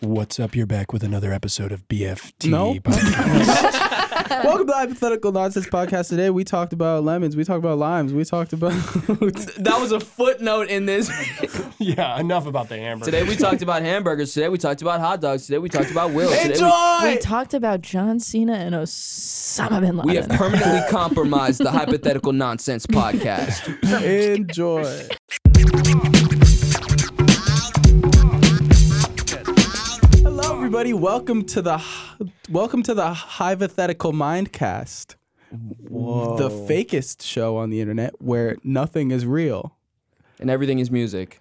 What's up? You're back with another episode of BFT. No. podcast. Welcome to Hypothetical Nonsense Podcast. Today we talked about lemons, we talked about limes, we talked about That was a footnote in this. yeah, enough about the hamburger. Today we talked about hamburgers. Today we talked about hot dogs. Today we talked about Will. Today we- We Enjoy. talked about John Cena and Osama bin Laden. we have permanently compromised the hypothetical nonsense podcast. Enjoy. Hello, everybody. Welcome to the welcome to the hypothetical mindcast, the fakest show on the internet where nothing is real. And everything is music.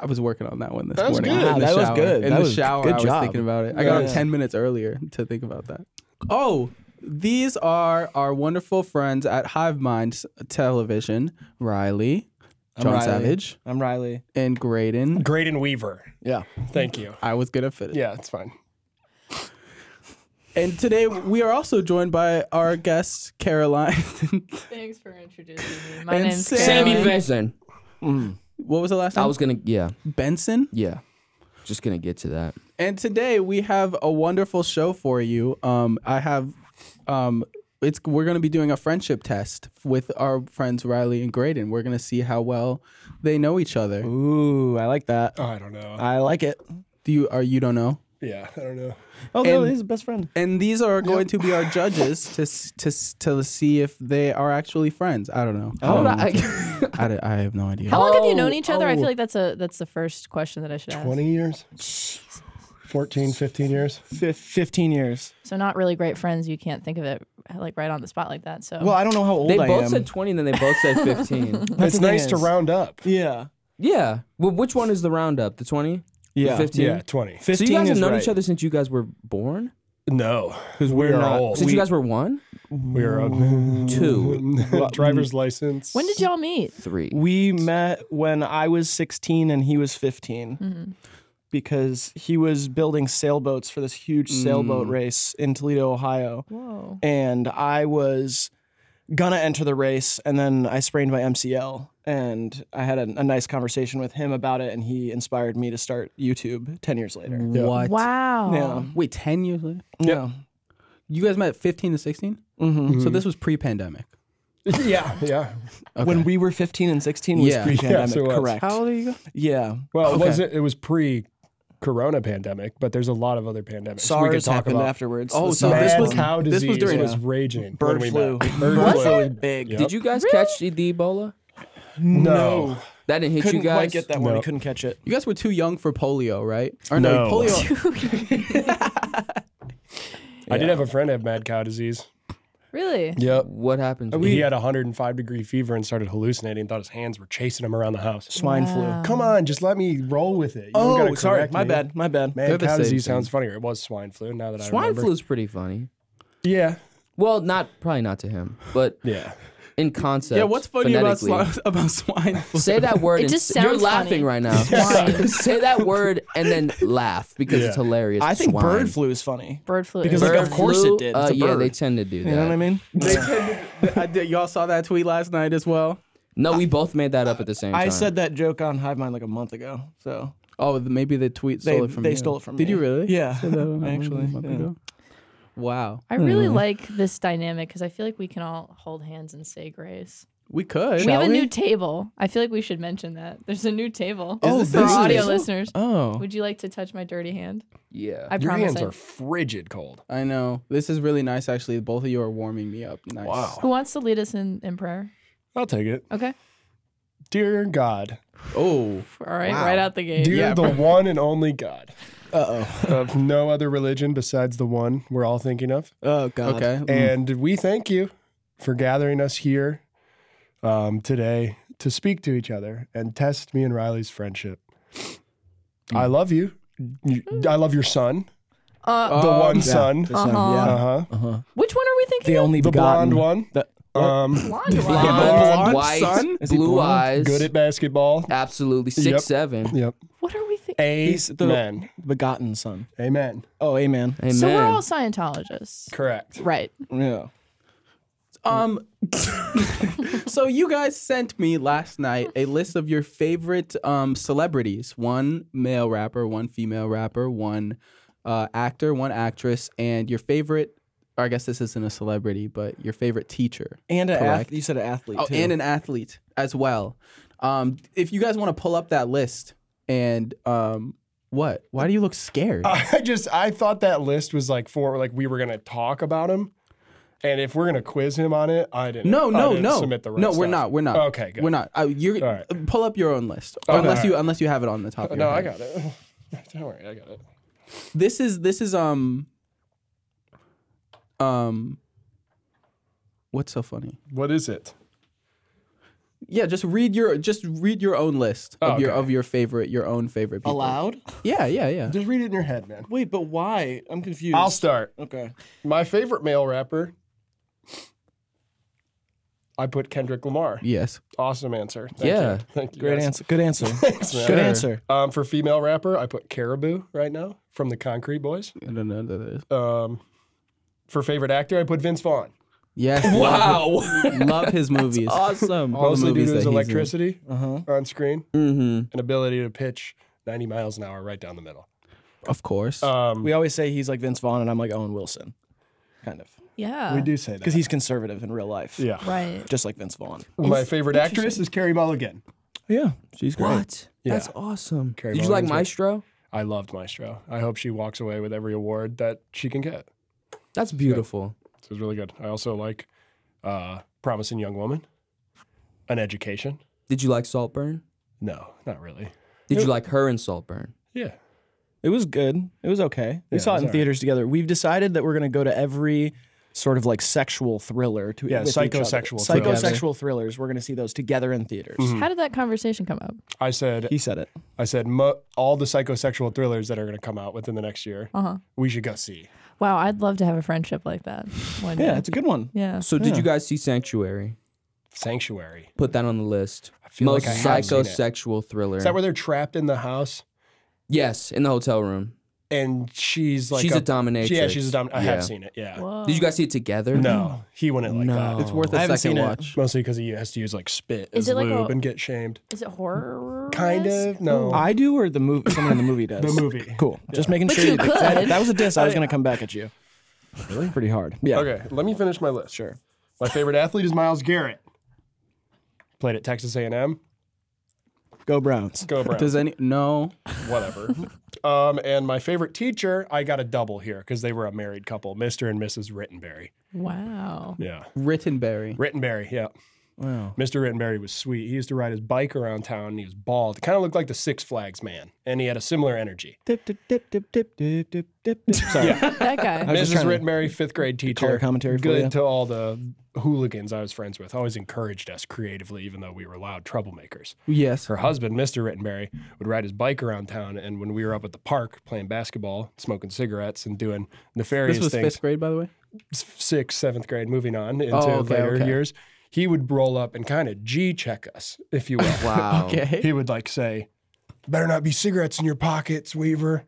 I was working on that one this That was morning. good. In the That was shower. good. In That the was shower, good I was job. thinking about it. I got Yeah. 10 minutes earlier to think about that. Oh, these are our wonderful friends at Hive Mind Television, Riley, John Riley. Savage, I'm Riley. and Graydon. Graydon Weaver. Yeah. Thank you. I was gonna fit it. Yeah, it's fine. And today we are also joined by our guest Caroline. Thanks for introducing me. My And name's Sammy Caroline. Benson. what was the last name? I was gonna, yeah, Benson. yeah. Just gonna get to that. And today we have a wonderful show for you. Um, I have, um, it's we're going to be doing a friendship test with our friends Riley and Graydon. We're going to see how well they know each other. Ooh, I like that. I don't know. I like it. Do you are you don't know? Yeah, I don't know. Oh, And- a best friend. And these are going to be our judges to s- to s- to see if they are actually friends. I don't know. I, don't know. Um, I, d- I have no idea. How long have you known Oh, each other? I oh. feel like that's a that's the first question that I should ask. 20 years? 14, 15 years? Fif- 15 years. So not really great friends. You can't think of it like right on the spot like that. So Well, I don't know how old they I both am. said 20 and then they both said 15. That's it's the thing nice to is- round up. Yeah. yeah. Well, which one is the roundup? The 20? Yeah. 15? Yeah, 20. So you guys have is known right. each other since you guys were born? No, because we're not- old. Since you guys were one? we are old. Two. driver's license. when did y'all meet? Three. We met when I was 16 and he was 15 Mm-hmm. because he was building sailboats for this huge sailboat race in Toledo, Ohio. Whoa. And I was gonna enter the race and then I sprained my MCL. And I had a, a nice conversation with him about it, and he inspired me to start YouTube 10 years later. What? Wow. Yeah. Wait, ten years later. Yeah. You guys met fifteen to 16 Mhm. So this was pre-pandemic. Yeah, yeah. Okay. When we were 15 and 16 was Yeah. pre-pandemic, Yes, it was. correct. How old are you? Yeah. Well, Okay. it wasn't. It was pre Corona pandemic, but there's a lot of other pandemics. we could SARS talk happened about. afterwards. Oh, The so SARS this Mad was- one. cow this disease was during- was raging. Bird when we flu. met. Bird Bird flu. flu big. Yep. Did you guys catch the Ebola? No. That didn't hit Couldn't you guys? quite get that one. No. I couldn't catch it. You guys were too young for polio, right? Or No. polio. I did have a friend have mad cow disease. Really? Yep. What happened? he had a 105 degree fever and started hallucinating. Thought his hands were chasing him around the house. Swine flu. Come on, just let me roll with it. You don't Oh, gotta sorry. correct My me. bad. My bad. Mad They're the cow same disease thing. sounds funnier. It was swine flu. Now that I Swine remember. flu is pretty funny. Yeah. Well, not probably not to him, but Yeah. in concept. yeah, what's funny about phonetically. swi- about swine flu? Say that word. It and just s- You're sounds laughing funny. right now. Swine. Say that word and then laugh because it's Yeah. hilarious. I think Swine. bird flu is funny. Bird flu. Because, is- like, Bird of course flu, it did. It's uh, a yeah, bird. they tend to do that. You know what I mean? I did, y'all saw that tweet last night as well. No, we both made that up at the same time. I said that joke on Hive Mind like a month ago. So Oh, th- maybe the tweet they, stole it from they you. stole it from Did me. you really? Yeah. Said that on my Actually, month yeah. ago? Wow. I really like this dynamic because I feel like we can all hold hands and say grace. We could. we shall have a new table. I feel like we should mention that. There's a new table Oh, for this audio is- listeners. Oh, Would you like to touch my dirty hand? Yeah. I Your promise. hands I- are frigid cold. I know. This is really nice, actually. Both of you are warming me up. Nice. Wow. Who wants to lead us in, in prayer? I'll take it. Okay. Dear God, Oh, All right. Right out the gate. dear Yeah, the one and only God Uh oh. of no other religion besides the one we're all thinking of. Oh god. okay. And we thank you for gathering us here um, today to speak to each other and test me and Riley's friendship. Mm. I love you. You- I love your son, Mm. Uh, the Um, one yeah. son. This one, Uh-huh. Uh yeah. huh. Oh, Uh-huh. which one are we thinking? The only The begotten. blonde one. The- Um, Blonde one. Blonde, Blonde white, son? Is he blue blonde? eyes. good at basketball. Absolutely. Six, Yep. seven. Yep. What are we thinking? He's the Amen. begotten son. Amen. Oh, amen. Amen. So we're all Scientologists. Correct. Right. Yeah. Um, so you guys sent me last night a list of your favorite um celebrities: one male rapper, one female rapper, one uh, actor, one actress, and your favorite. Or I guess this isn't a celebrity, but your favorite teacher. And an Correct. ath- you said an athlete. Oh, too. and an athlete as well. Um, if you guys want to pull up that list and um, what? Why do you look scared? I just I thought that list was like for like we were gonna talk about him, and if we're gonna quiz him on it, I didn't. no, I no, didn't no. Submit the right no, we're stuff. not. We're not. Okay, good. We're not. Uh, you All right. pull up your own list, Okay. unless All you unless you have it on the top. Of your No, I head. got it. Don't worry, I got it. This is this is um um. What's so funny? What is it? Yeah, just read your just read your own list of Oh, your okay. of your favorite your own favorite people. allowed? Yeah, yeah, yeah. Just read it in your head, man. Wait, but why? I'm confused. I'll start. okay. My favorite male rapper. I put Kendrick Lamar. Yes. Awesome answer. Thank Yeah. You. Thank you. Great guys. answer. Good answer. Thanks, man. Good Sure. answer. Um, for female rapper, I put Caribou right now from the Concrete Boys. I don't know what that is. Um, for favorite actor, I put Vince Vaughn. Yes. Wow. Love his movies. awesome. All the Mostly due movies to his that he's in. electricity Uh huh. on screen Mm-hmm. and ability to pitch 90 miles an hour right down the middle. Of course. Um, We always say he's like Vince Vaughn, and I'm like Owen Wilson, kind of, Yeah. we do say that. because he's conservative in real life. Yeah. Right. Just like Vince Vaughn. My favorite actress is Carrie Mulligan. Yeah, she's What? Yeah. That's awesome. Carrie Did you like Mulligan's Maestro? I loved Maestro. I hope she walks away with every award that she can get. That's beautiful. This is really good. I also like uh, Promising Young Woman, An Education. Did you like Saltburn? No, not really. Did you like her in Saltburn? Yeah. It was good. It was okay. Yeah, We it saw was it in alright. theaters together. We've decided that we're gonna go to every sort of like sexual thriller to Yeah, with each other. psychosexual psychosexual thrillers. thrillers. We're gonna see those together in theaters. How did that conversation come up? I said He said it. I said Mo- all the psychosexual thrillers that are going to come out within the next year. Uh-huh. We should go see. Wow, I'd love to have a friendship like that one Yeah, day. it's a good one. Yeah. So did you guys see Sanctuary? Sanctuary. Put that on the list. feel Most like I have seen it. psychosexual thriller. Is that where they're trapped in the house yes, in the hotel room. and she's like she's a, dominatrix. Yeah, she's a dominant. I Yeah. have seen it. Yeah. Whoa. Did you guys see it together? No, he wouldn't like No. that. it's worth I a haven't second seen it. watch. Mostly because he has to use like spit Is as it like lube a- and get shamed. Is it horror? Kind of. No. I do, or the movie? Someone in the movie does. the movie. Cool. Just making But sure you did- 'cause I- could. that was a diss. I was gonna come back at you. Really? Pretty hard. Yeah. Okay, let me finish my list. Sure. My favorite athlete is Miles Garrett. Played at Texas A&M. Go Browns. Go Browns. Does any no? Whatever. um, and my favorite teacher, I got a double here because they were a married couple, Mr. and Mrs. Rittenberry. Wow. Yeah. Rittenberry. Rittenberry, yeah. Wow. Mr. Rittenberry was sweet. He used to ride his bike around town and he was bald. Kind of looked like the Six Flags man. And he had a similar energy. Dip, dip, dip, dip, dip, dip, dip, dip. dip. Sorry. That guy. was just Mrs. trying to Rittenberry, fifth grade teacher. color commentary for Good you. to all the hooligans I was friends with. Always encouraged us creatively, even though we were loud troublemakers. Yes. Her husband, Mr. Rittenberry, would ride his bike around town. And when we were up at the park playing basketball, smoking cigarettes, and doing nefarious This was things, fifth grade, by the way. sixth, seventh grade, moving on into Oh, okay, later okay. years, he would roll up and kind of G check us, if you will. Oh. Wow. Okay. he would like say, "Better not be cigarettes in your pockets, Weaver."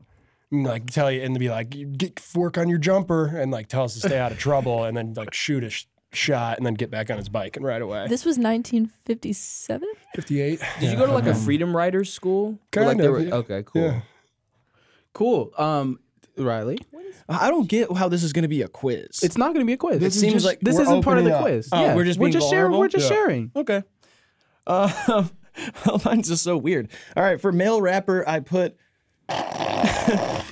And like tell you, and be like, "You "Get fork on your jumper," and like tell us to stay out of trouble, and then like shoot a sh- shot, and then get back on his bike and ride away. This was 1957? Fifty-eight. Did you go to like a freedom riders school? Or, Kind like, they of, were- yeah. Okay, cool. Yeah. Cool. Um, Riley, I don't get how this is going to be a quiz. it's not going to be a quiz. This is seems just- like this we're isn't part of opening the up. quiz. Oh, yeah. we're just we're being just sharing. We're vulnerable? just Yeah. sharing. okay. Uh, well, mine's just so weird. All right, for male rapper, I put.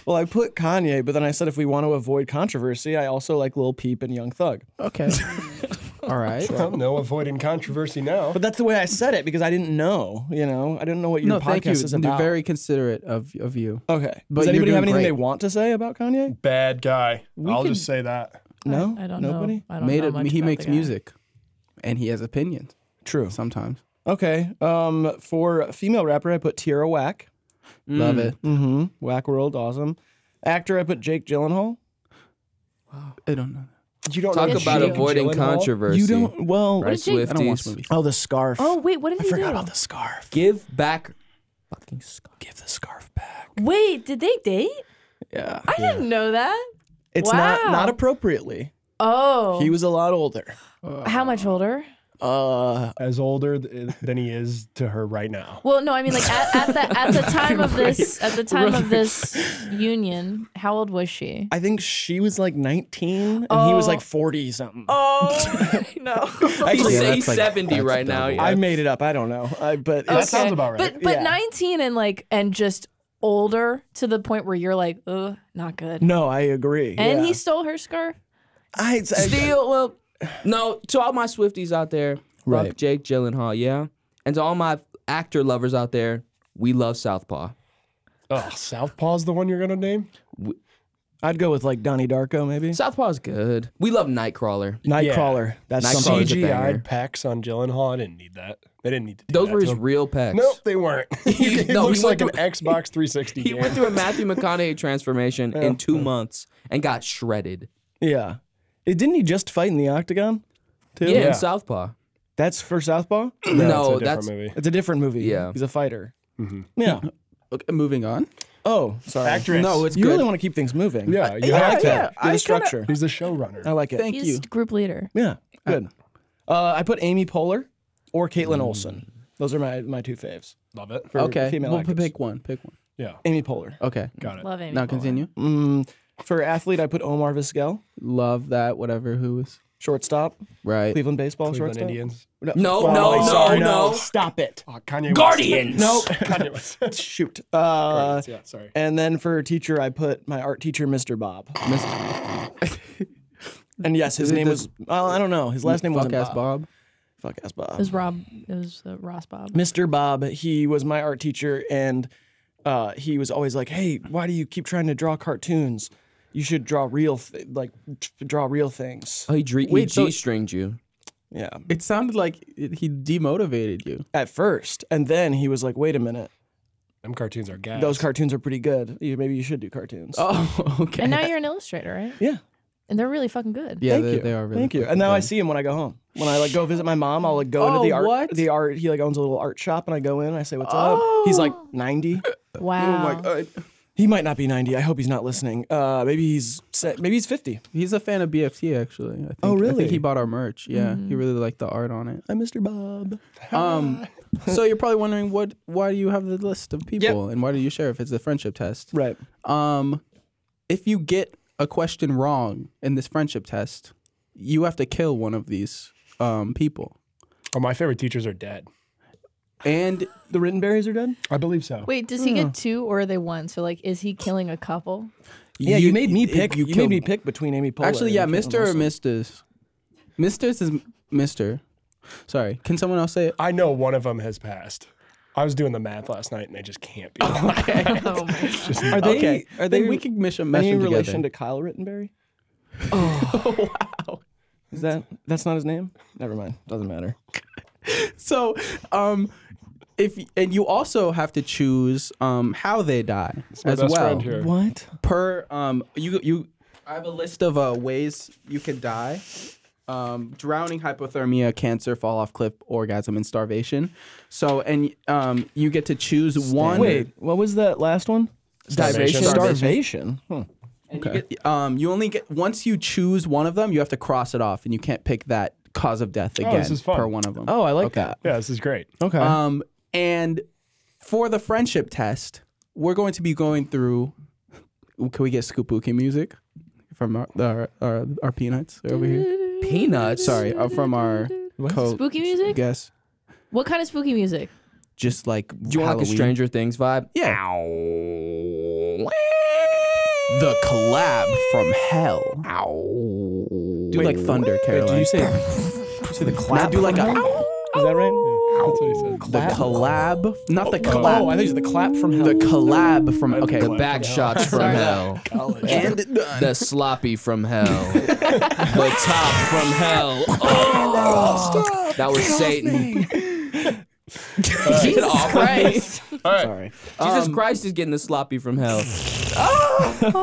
well, I put Kanye, but then I said if we want to avoid controversy, I also like Lil Peep and Young Thug. Okay. All right. Well, no avoiding controversy now. But that's the way I said it because I didn't know. You know, I didn't know what your No, podcast thank you. is You're about. very considerate of of you. okay. but Does you're anybody have doing anything they great. want to say about Kanye? Bad guy. I'll can- just say that. No, I don't nobody. know. I don't Made know it. much He about makes the guy. music, and he has opinions True. sometimes. Okay. Um, for female rapper, I put Tierra Whack. Love it. Mm-hmm. Whack World, awesome. Actor, I put Jake Gyllenhaal. I don't know. You don't Talk know about Jake avoiding Gyllenhaal? controversy. You don't. Well, right, did Jake- I don't watch Swifties? movies. Oh, the scarf. Oh, wait, what did I he forgot do? about the scarf. Give back. Fucking Scott. Give the scarf back. Wait, did they date? Yeah. I didn't know that. It's not Wow. not appropriately. Oh. He was a lot older. How much older? Uh, as older th- than he is to her right now. Well, no, I mean like at, at the at the time of this at the time of this union, how old was she? I think she was like 19 and he was Oh. like 40 something. Oh no. He's, Actually, Yeah, he's that's like- 70 that's right now. double. Yeah. I made it up. I don't know. I, but That it's- sounds about right. But but Yeah. 19 and like and just older to the point where you're like, ugh, not good. no, I agree. And yeah. he stole her scarf. I, I- Still, well, no, to all my Swifties out there, right. Right. fuck Jake Gyllenhaal, yeah? And to all my actor lovers out there, we love Southpaw. Oh, Southpaw's the one you're gonna name? I'd go with like Donnie Darko maybe. Southpaw's good. We love Nightcrawler. Nightcrawler. That's Nightcrawler. something. Solid to CGI banger. pecs on Gyllenhaal. I didn't need that. They didn't need to. Do Those that were to his him. real pecs. Nope, they weren't. he no, he looks like went an Xbox 360 He game. went through a Matthew McConaughey transformation in two months and got shredded. Yeah. It, didn't he just fight in the octagon? Too? Yeah, Yeah. in Southpaw. That's for Southpaw? No, no, that's. that's movie. It's a different movie. Yeah. He's a fighter. Yeah. Okay, moving on. Oh, sorry. Actress. No, it's You good. really want to keep things moving. Yeah, you yeah, have to. yeah. You're I the structure. He's the showrunner. I like it. Thank He's you. group leader. Yeah. Good. Uh, I put Amy Poehler or Caitlin Mm. Olsen. Those are my, my two faves. Love it. for okay. Female well, actors. pick one. Pick one. Yeah, Amy Poehler. Okay. got it. Love Amy. Now Poehler. continue. Mm, for athlete, I put Omar Vizquel, Love that. Whatever. Who is shortstop, right? Cleveland baseball Cleveland shortstop. Indians. No, no, Oh, no, sorry, no. Stop it. Oh, Kanye West. Guardians! No, Kanye West. Shoot. Uh, yeah, sorry. and then for teacher, I put my art teacher, Mr. Bob. Mr. And yes, his Is it name the- was, well, I don't know. His last name was Fuck ass Bob. Bob. Fuck ass It Bob. was Rob it was uh, Ross Bob. Mr. Bob, he was my art teacher, and uh, he was always like, "Hey, why do you keep trying to draw cartoons? You should draw real, th- like, t- draw real things." Oh, Uh, he, dre- Wait, he so- G-stringed you. Yeah, It sounded like it, he demotivated you. at first, and then he was like, "Wait a minute, Them cartoons are gas. those cartoons are pretty good. You, maybe you should do cartoons." Oh, okay. And now you're an illustrator, right? Yeah. And they're really fucking good. yeah, Thank they, you. they are really. Thank you. fucking And now I good. see him when I go home. When I like go visit my mom, I'll like go into Oh, the art. what? Oh. The art. He like owns a little art shop, and I go in. and I say, "What's up?" He's like ninety. Wow. He might not be ninety. I hope he's not listening. Uh, maybe he's se- maybe he's fifty. He's a fan of BFT actually. I think. Oh, I really? think he bought our merch. Yeah, he really liked the art on it. I'm Mr. Bob. Um, so you're probably wondering what why do you have the list of people and why do you share if it's the friendship test? Right. Um, if you get a question wrong in this friendship test, you have to kill one of these um people. Oh, my favorite teachers are dead. And The Rittenberries are dead. I believe so. Wait, does he Hmm. get two or are they one? So like is he killing a couple? Yeah, you, made me if pick. You, made killed- me pick between Amy Poehler. Actually, yeah, and Caitlin Mister or Olsen. Misters. Misters is Mister. Sorry, can someone else say it? I know one of them has passed. I was doing the math last night and I just can't be. Oh my Are they? Are they? Then we can mish, mesh any them together. relation to Kyle Rittenberry? Oh, wow. Is that that's not his name? Never mind. Doesn't matter. so um if and you also have to choose um how they die my as best well friend here. What? per um you you i have a list of uh ways you can die um drowning hypothermia cancer fall off cliff orgasm and starvation so and um you get to choose one Wait, what was that last one? Starvation. Starvation. Huh. And you get- um you only get once you choose one of them you have to cross it off and you can't pick that cause of death again Oh, this is fun. per one of them Oh, I like Okay. that. yeah, this is great. Okay. Um, and for the friendship test, we're going to be going through. Ooh, Can we get Scoopuki music from our our, our, our peanuts over here? Peanuts? Sorry, uh, from our co- Spooky music? Guess What kind of spooky music? just like Do you want like a Halloween. Stranger Things vibe? Yeah. The collab from hell. Do like thunder, Caroline. Did you say? did you say the clap? do like a Is that right? That's what he said. the collab? Not the collab. Oh, I think it's the clap from hell. the collab from okay. The back shots from hell. and the The sloppy from hell. the top from hell. Oh, that was Satan. Get off Christ. Sorry. Jesus Christ is getting the sloppy from hell. This is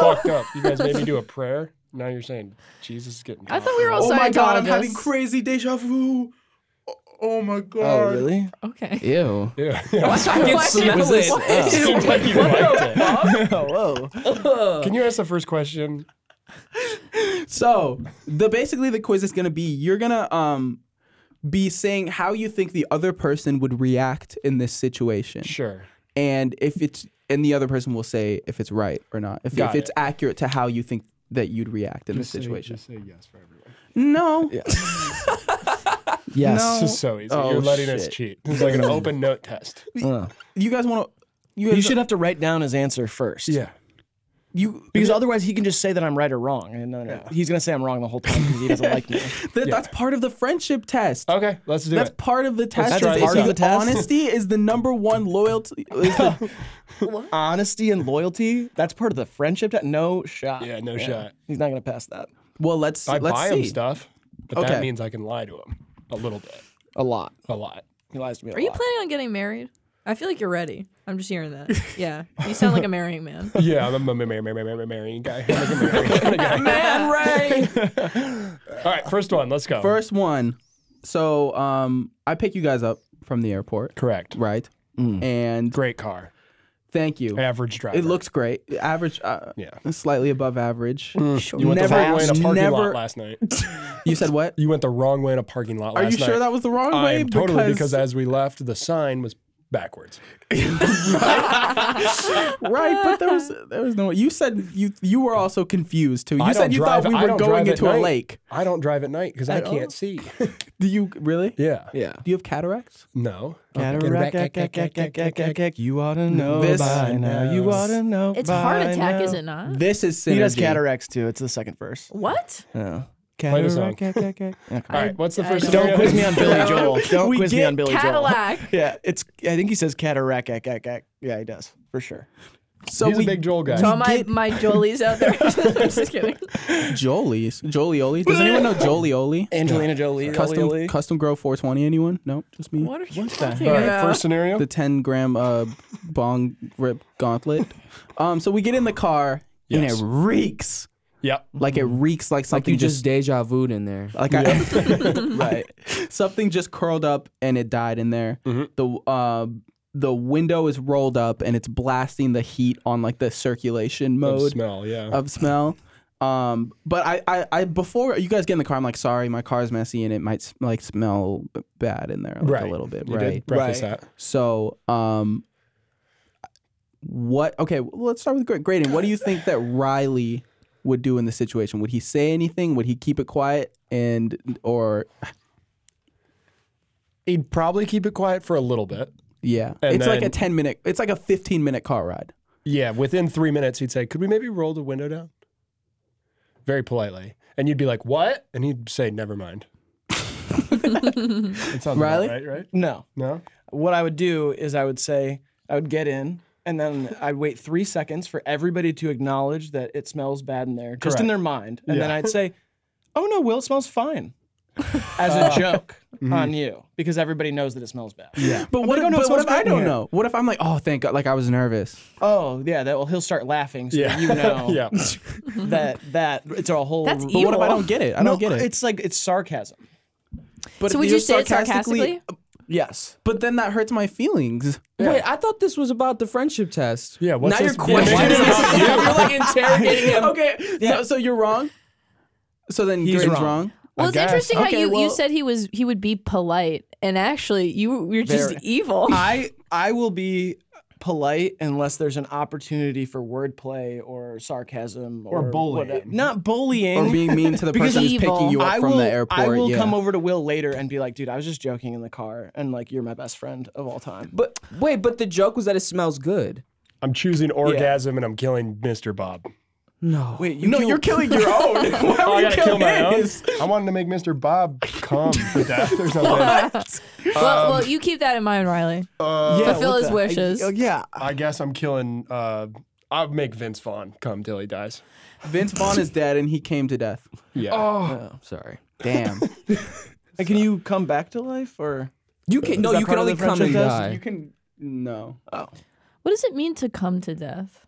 fucked up. You guys made me do a prayer. Now you're saying Jesus is getting. I thought we were all oh my god, I'm Scientologists. having crazy deja vu. Oh, Oh my Oh, god. really? Okay. Ew. Yeah. yeah. I can smell it. It seemed like you liked it. Oh, whoa. Can you ask the first question? Uh, So the basically the quiz is gonna be you're gonna um be saying how you think the other person would react in this situation, Sure. and if it's and the other person will say if it's right or not, if, if Got it's accurate to how you think that you'd react in Just this situation. Say, just say yes for everyone. No, Yes. No. This is so easy. Oh, You're letting us shit. cheat. It's like an open note test. Uh, you guys want to. You, guys, you should have to write down his answer first. You Because otherwise he can just say that I'm right or wrong. And no, no, he's gonna say I'm wrong the whole time because he doesn't like me. that, that's part of the friendship test. Okay, let's do That's it. part of the test. try is this that out. you- The test? Honesty is the number one loyalty. Is the, Honesty and loyalty—that's part of the friendship. That no shot. Yeah, no shot. He's not gonna pass that. well, let's I let's buy see. him stuff, but Okay. that means I can lie to him a little bit, A lot. a lot. He lies to me. A Are you lot. planning on getting married? I feel like you're ready. I'm just hearing that. Yeah. You sound like a marrying man. Yeah, I'm a mar- mar- mar- mar- mar- marrying guy. I'm like a marrying kind of guy. Man, Ray. All right, first one. Let's go. First one. So um, I pick you guys up from the airport, correct. right? Mm. And Great car. thank you. Average driver. It looks great. Average, uh, Yeah. slightly above average. You went the wrong way in a parking never. lot last night. you said what? You went the wrong way in a parking lot Are last you night. sure that was the wrong I way? am totally because as we left, the sign was backwards. right, but there was there was no. You said you you were also confused too. You I said don't you drive- thought we I were don't going drive at into a night. lake. I don't drive at night because I, can't see. Do you really? yeah. Yeah. Do you have cataracts? No. Cataract, You ought to know This- by now. You ought to know. It's by heart attack, now. is it not? This is synergy. He does cataracts too. It's the second verse. What? Oh. the song. Cataract. All right, what's the I first? don't- Don't quiz me on Billy Joel. Don't We quiz me get on Billy Joel. Cadillac. Yeah, it's. I think he says cataract. ack, ack, ack. Yeah, he does for sure. So He's a we big Joel guy. To all my, get- my Jolies out there. I'm just kidding. Jolie's Jolioli. Does anyone know Jolioli? Angelina Jolie. Custom Jolie. Custom Grow 420. Anyone? No, just me. What are you talking All right, about? first scenario. The 10 gram uh bong rip gauntlet. Um, so we get in the car Yes. and it reeks. Yep. Like it reeks like Like something you just, just deja vu in there. like I, right something just curled up and it died in there the uh the window is rolled up and it's blasting the heat on like the circulation Good mode smell. Yeah. of smell um but I, I i before you guys get in the car i'm like sorry my car's messy and it might s- like smell b- bad in there like, a little bit You right did preface Right. that. so um what okay well, let's start with Gra- Graydon. what do you think that riley would do in the situation would he say anything would he keep it quiet and or He'd probably keep it quiet for a little bit. Yeah. And it's like a then- 10 minute, it's like a 15 minute car ride. Yeah, within three minutes, he'd say, "Could we maybe roll the window down?" Very politely, and you'd be like, "What?" And he'd say, "Never mind." it sounds about Riley? right? Right? No. No. What I would do is I would say I would get in. And then I'd wait three seconds for everybody to acknowledge that it smells bad in there, just in Correct. their mind. And then Yeah. I'd say, "Oh no, Will, it smells fine," as Uh-huh. a joke Mm-hmm. on you, because everybody knows that it smells bad. Yeah. But what, like, oh, if, no, but it's what what's if I happening don't here. know? What if I'm like, oh, thank God, like I was nervous. Oh yeah, that well, he'll start laughing, so Yeah. you know yeah. that that it's a whole. That's But what if I Evil. don't get it? I no, don't get it. It's like it's sarcasm. but So would you're you say it sarcastically? Yes. But then that hurts my feelings. Wait, I thought this was about the friendship test. Yeah. What's now this? you're questioning Why does him. You're like interrogating him. okay. No, so you're wrong. So then He's Graydon's wrong. wrong. Well, it's guess. interesting Okay, how you, well- you said he was he would be polite, and actually you you're just Very. evil. I I will be polite unless there's an opportunity for wordplay or sarcasm or, bullying. whatever. Not bullying. Or being mean to the Because person who's evil. picking you up I from will, the airport. I will yeah. come over to Will later and be like, dude, I was just joking in the car, and like, you're my best friend of all time. But wait, but the joke was that it smells good. I'm choosing orgasm and I'm killing Mr. Bob. No. Wait, you No, killed- you're killing your own. Why Oh, would I you gotta kill my own. his? I wanted to make Mr. Bob come to death or something. well, well, you keep that in mind, Riley. Yeah, Fulfill what his the- wishes. I- Oh, yeah. I guess I'm killing. Uh, I'll make Vince Vaughn come till he dies. Vince Vaughn is dead and he came to death. Yeah. Oh, I'm sorry. Damn. And can you come back to life or? You can Is no, that you can part of only the come and friendship test? die. you can no. Oh, What does it mean to come to death?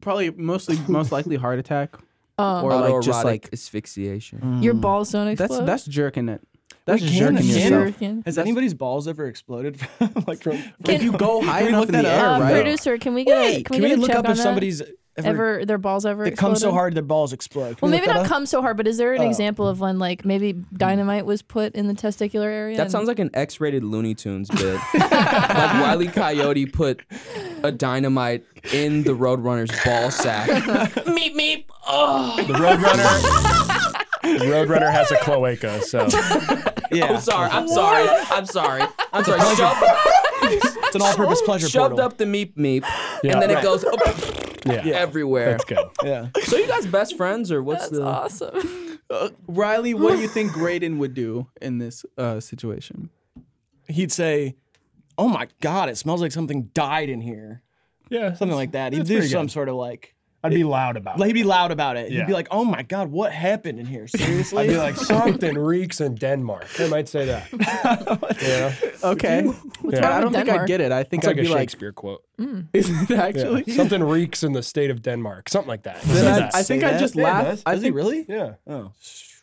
Probably mostly most likely heart attack. Oh. Um, Or like Autoerotic just like asphyxiation. your balls don't that's explode. that's jerking it. That's can- jerking can- yourself. Jerkin. has anybody's balls ever exploded? like from, If you go high we enough look in the that air, up? Uh, right? Producer, can we get a, Wait, can we, get a look check up on if that? somebody's ever, their balls ever It comes so exploded? hard their balls explode. Can Well, you maybe look that not up? come so hard, but is there an example of when like maybe dynamite was put in the testicular area? That sounds like an X-rated Looney Tunes bit. like Wiley Coyote put a dynamite in the Roadrunner's ball sack. meep meep. Oh, The Roadrunner. the Roadrunner has a cloaca, so Yeah, I'm sorry. I'm sorry. I'm sorry. I'm sorry. Shoved, it's an all-purpose pleasure shoved portal. up the meep meep, Yeah. and then Right. it goes oh, yeah, everywhere. that's good. Yeah. So you guys best friends or what's That's the? awesome. Riley, what do you think Graydon would do in this uh, situation? he'd say, "Oh my God, it smells like something died in here," Yeah, something like that. He'd That's do pretty good. some sort of like, I'd be loud about. like, it. he'd be loud about it. Yeah. He'd be like, "Oh my God, what happened in here? Seriously?" I'd be like something reeks in Denmark. They might say that. yeah, Okay. wrong But I with don't think I Denmark? get it. I think it's like I'd a be like, Shakespeare quote. is it Yeah. actually? Something reeks in the state of Denmark. Something like that. Then Say I- that. I think Say I that? just Yeah, it laugh. does. I Does he think really? yeah. Oh,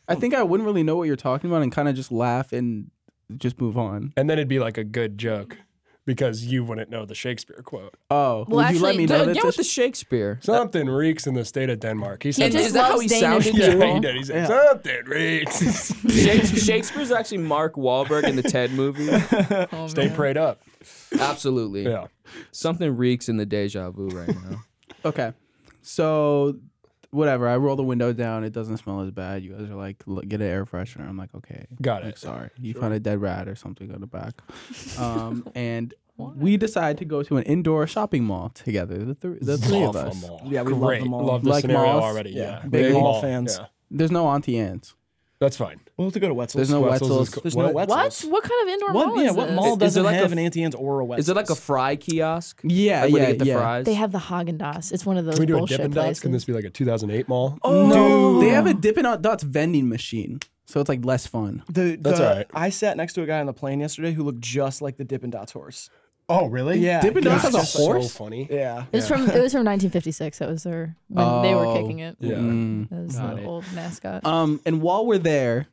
I think I wouldn't really know what you're talking about and kind of just laugh and just move on. And then it'd be like a good joke because you wouldn't know the Shakespeare quote. Oh, would you let actually, me know the- that Get with the this- Shakespeare. Something reeks in the state of Denmark. He said just is that how loves he Danish sounded Yeah, to you he all? did. He said, something reeks. Shakes- Shakespeare's actually Mark Wahlberg in the Ted movie. Stay prayed up. Absolutely. Yeah. Something reeks in the deja vu right now. Okay. So, whatever. I roll the window down. It doesn't smell as bad. You guys are like, "Look, get an air freshener. I'm like, okay. Got Like, it. sorry. You found a dead rat or something on the back. Um, and we decide to go to an indoor shopping mall together, the, th- the three of us. Yeah, we love Great. them all. Love the Like scenario malls? already. Yeah. Yeah. Big Great mall fans. Yeah. There's no Auntie Anne's. That's fine. we'll have to go to Wetzel's. There's no Wetzel's is Wetzel's. co- There's no what? What? Wetzel's. What kind of indoor What? mall Yeah, is what this? mall Is it doesn't like a have f- an Auntie Anne's or a Wetzel's? Is it like a fry kiosk? Yeah, Like where yeah, they get the yeah. fries? They have the Haagen Dazs. It's one of those Can we do a bullshit Dippin' Dots? places. Can this be like a 2008 mall? No, they have a Dippin' Dots vending machine, so it's like less fun. The, That's the- all right. I sat next to a guy on the plane yesterday who looked just like the Dippin' Dots horse. Oh, really? Yeah. Dippin' Yeah. Dots has a That's so horse. funny. Yeah. It was from it was from 1956. That was their when they were Oh, kicking it. Yeah. That was Got the it. old mascot. Um, and while we're there,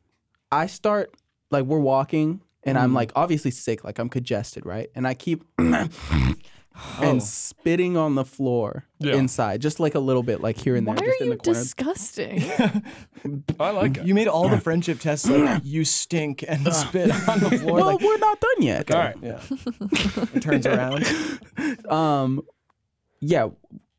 I start like we're walking, and I'm like obviously sick, like I'm congested, right? And I keep and spitting on the floor Yeah. inside, just like a little bit, like here and Why there, are just in you the corner. disgusting? I like it. You made all the friendship tests like you stink and spit on the floor. well, like we're not done yet. All right. yeah, it turns around. Um, yeah,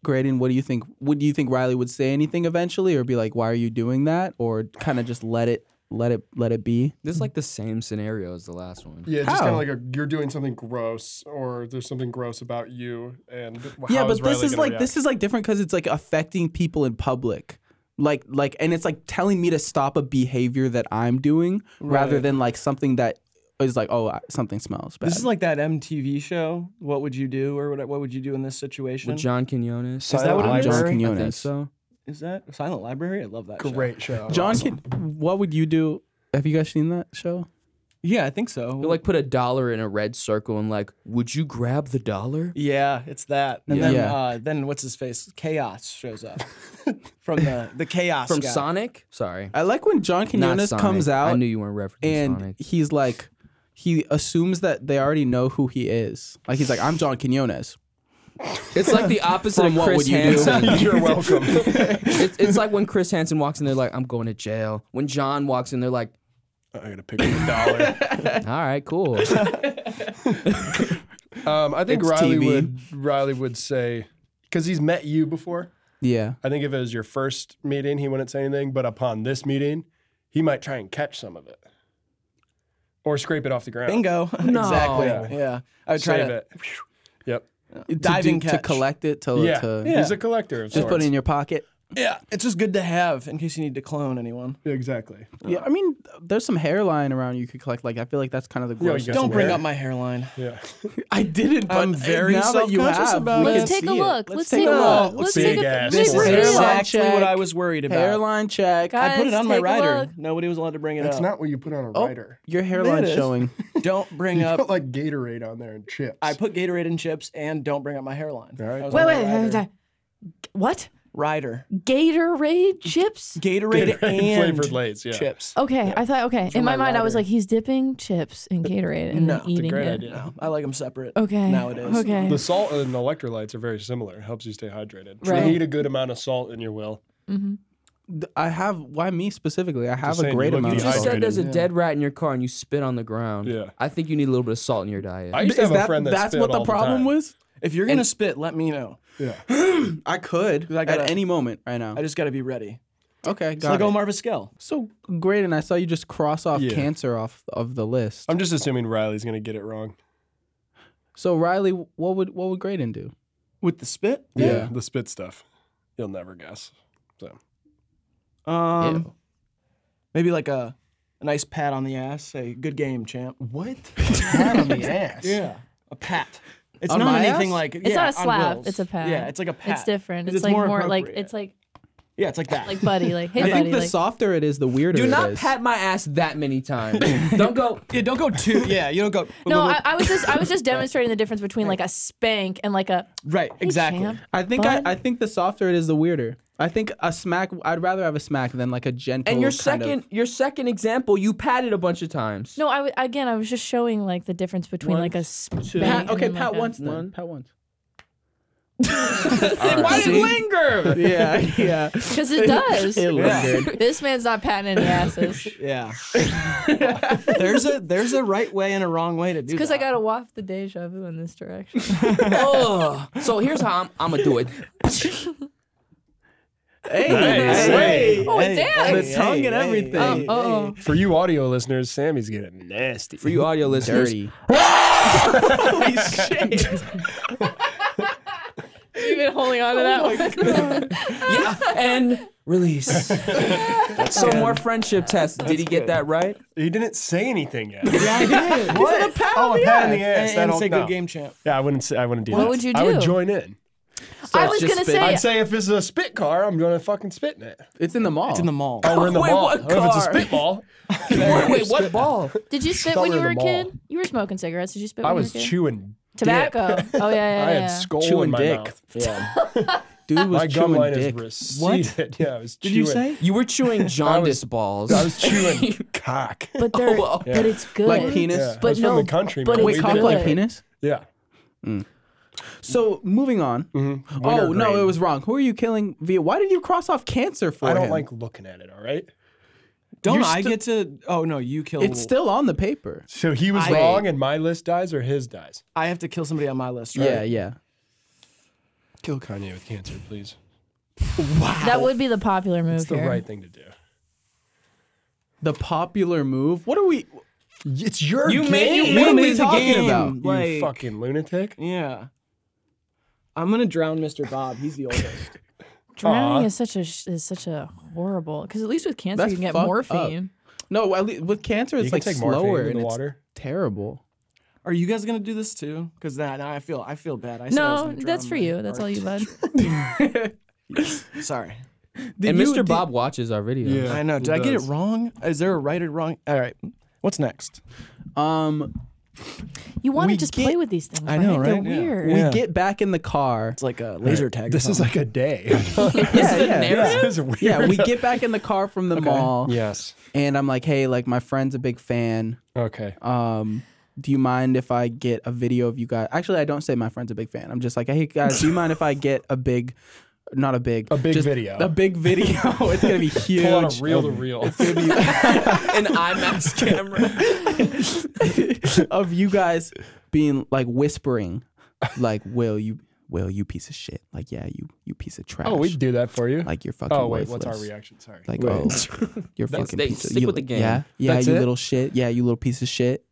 Graydon, what do you think? Would you think Riley would say anything eventually, or be like, "Why are you doing that?" Or kind of just let it, let it, let it be? This is like the same scenario as the last one. Yeah, just kind How? of like a, you're doing something gross, or there's something gross about you, and how yeah, but is Riley this is gonna like react? this is like different because it's like affecting people in public. Like like and it's like telling me to stop a behavior that I'm doing rather than like something that is like oh I- something smells bad. This is like that MTV show. What would you do, or what, what would you do in this situation? With John Quinones. Is that what it is? John Library? I think Quinones. so. Is that Silent Library? I love that. show. great show. John, Quin- what would you do? Have you guys seen that show? Yeah, I think so. He'll like put a dollar in a red circle and like, would you grab the dollar? yeah, it's that. And then Yeah. Uh, then what's his face? Chaos shows up from the the chaos From guy. Sonic? Sorry. I like when John Not Quinones Sonic. comes out I knew you weren't referencing and Sonic. he's like he assumes that they already know who he is. Like he's like I'm John Quinones. It's like the opposite From of What Chris Would You Do? Hansen. You're welcome. it's, it's like when Chris Hansen walks in, they're like, I'm going to jail. When John walks in, they're like, I gotta pick up a dollar. all right, cool. Um, I think It's Riley TV. would Riley would say because he's met you before. Yeah. I think if it was your first meeting, he wouldn't say anything. But upon this meeting, he might try and catch some of it, or scrape it off the ground. Bingo. exactly. Yeah. I would try Save to. it. Yep. To Diving do- to catch. collect it to Yeah. to He's a collector of just put sorts. it in your pocket. Yeah, it's just good to have in case you need to clone anyone. exactly. Yeah, I mean, there's some hairline around you could collect. Like, I feel like that's kind of the you gross. got Don't some bring hair. up my hairline. Yeah. I didn't, but I'm very now that you self-conscious have, about we it. can Let's take a see it. look. Let's take take a look. Let's Big take a ass This boy. is Hairline real. exactly what I was worried about. Hairline check. I put it Guys, on my take a rider. look. Nobody was allowed to bring it That's up. not what you put on a rider. Your hairline is. showing. Don't bring You up. put like Gatorade on there and chips. I put Gatorade and chips, and don't bring up my hairline. All right. I was Wait, on my wait, rider. wait, wait. What? Ryder. Gatorade chips. Gatorade, and flavored Lay's. Yeah. chips. Okay, I thought okay. In my, my mind, I was lighter. like, he's dipping chips in Gatorade and then No, it's a eating great it. idea. No, I like them separate. Okay. Nowadays. Okay. The salt and electrolytes are very similar. It helps you stay hydrated. Right. You need a good amount of salt in your will. Th- I have why me specifically? I have a saying, great you look amount. You of just salt. said there's a dead rat in your car and you spit on the ground. Yeah. I think you need a little bit of salt in your diet. I used to Is have that a friend that that's spit what the all problem time. was? If you're gonna spit, let me know. I could I gotta- at any moment right now. I just gotta be ready. okay, It's got like it. Omar Vizquel. So great, and I saw you just cross off Yeah. cancer off of the list. I'm just assuming Riley's gonna get it wrong. So Riley, what would what would Graydon do? With the spit? Yeah. The spit stuff. You'll never guess. Um Ew. maybe like a a nice pat on the ass. Say, good game, champ. What? pat on the ass. Yeah. A pat. It's On not my anything ass? like It's not a slap, it's a pat. Yeah, it's like a pat. It's different. It's It's, like more more, like appropriate. it's like Yeah, it's like that. like buddy, like hey I buddy, think the like softer it is, the weirder. Do it not is. pat my ass that many times. Don't go. yeah, don't go too yeah, you don't go no, I, I was just I was just demonstrating the difference between like a spank and like a Right, "Hey, exactly. champ." I think I, Bun? I think the softer it is, the weirder. I think a smack. I'd rather have a smack than like a gentle. And your kind second, of- your second example, you patted a bunch of times. No, I w- again I was just showing like the difference between like a spank. pat, okay, and, like, pat a- once then. One. Pat once. Why did See? it linger? Yeah, yeah. Because it does. It lingered. this man's not patting any asses. Yeah. there's a there's a right way and a wrong way to do Because that. I got to waft the deja vu in this direction. Ugh. So here's how I'm, I'm gonna do it. Hey, Nice. hey. Oh, damn. The tongue and everything. Um, oh, For you audio listeners, Sammy's getting nasty. For you audio listeners, Dirty. holy shit! even holding on to that one. yeah, and release. so more friendship tests. Did he get that right? He didn't say anything yet. What? oh, a pat in the ass. And, and that'll- say no. good game champ. Yeah, I wouldn't say. I wouldn't do What that. would you I would do? join in. I was just going to spit. say, I'd say if it's a spit car, I'm gonna fucking spit in it. It's in the mall. It's in the mall. Oh, we're in the Wait, mall. what Oh, If it's a car? spitball, Wait, wait, what ball? did you spit thought when we you were were a in the mall. kid? You were smoking cigarettes. Did you spit I when was you were a kid? chewing. Tobacco. Oh, yeah, yeah, I yeah. had skull Chewing in my dick. mouth. Yeah, Dude was my gum chewing line dick. is receded. Yeah, I was. Did chewing. you say? You were chewing jaundice balls. I was chewing cock. But, they're, wow. but it's good. Like penis. Yeah, I But was from no, the country. man. but it's We Wait, cock did- good. like penis? Yeah. So moving on. Winter Oh no, green. it was wrong. Who are you killing via? Why did you cross off cancer for I don't him? like looking at it. All right. Don't You're I still- get to? Oh no, you kill. It's still on the paper. So he was I- wrong, and my list dies or his dies. I have to kill somebody on my list, right? Yeah, yeah. Kill Kanye with cancer, please. That would be the popular move It's the here. right thing to do. The popular move. What are we? It's your You game. made- you What are What we the talking game, about? You Like, fucking lunatic. Yeah. I'm gonna drown Mr. Bob. He's the oldest. Drowning Aw. is such a sh- is such a horrible. Because at least with cancer, That's you can get fucked up. morphine. No, at least with cancer, You it's can like take slower morphine in and the it's water. terrible. Are you guys gonna do this too? Because now, now I feel I feel bad. I said I was No, gonna that's drown for my- you. That's all you, bud. Sorry. Did and you- Mr. did- Bob watches our videos. Yeah, I know. Did I get it does. wrong? Is there a right or wrong? All right. What's next? Um, You want to We just get- play with these things. I know, right? They're right? Yeah. weird. Yeah. we get back in the car. It's like a laser tag. or This is like something. a day. yeah, yeah, this is weird. yeah. We get back in the car from the mall, Yes. and I'm like, hey, like my friend's a big fan. Okay. um do you mind if I get a video of you guys? Actually, I don't say my friend's a big fan. I'm just like, hey guys, do you mind if I get a big, not a big, a big video. a big video? it's gonna be huge. Pull out a reel to reel. An IMAX camera. of you guys being like whispering, like, Will you, Will you piece of shit? Like, yeah, you, you piece of trash. Oh, we do that for you. like you're fucking. oh wait, what's our worthless. reaction? Sorry. Like, Wait. oh, you're That's- fucking. they piece of- stick you with the li- game. Yeah, yeah, That's you it? little shit. Yeah, you little piece of shit.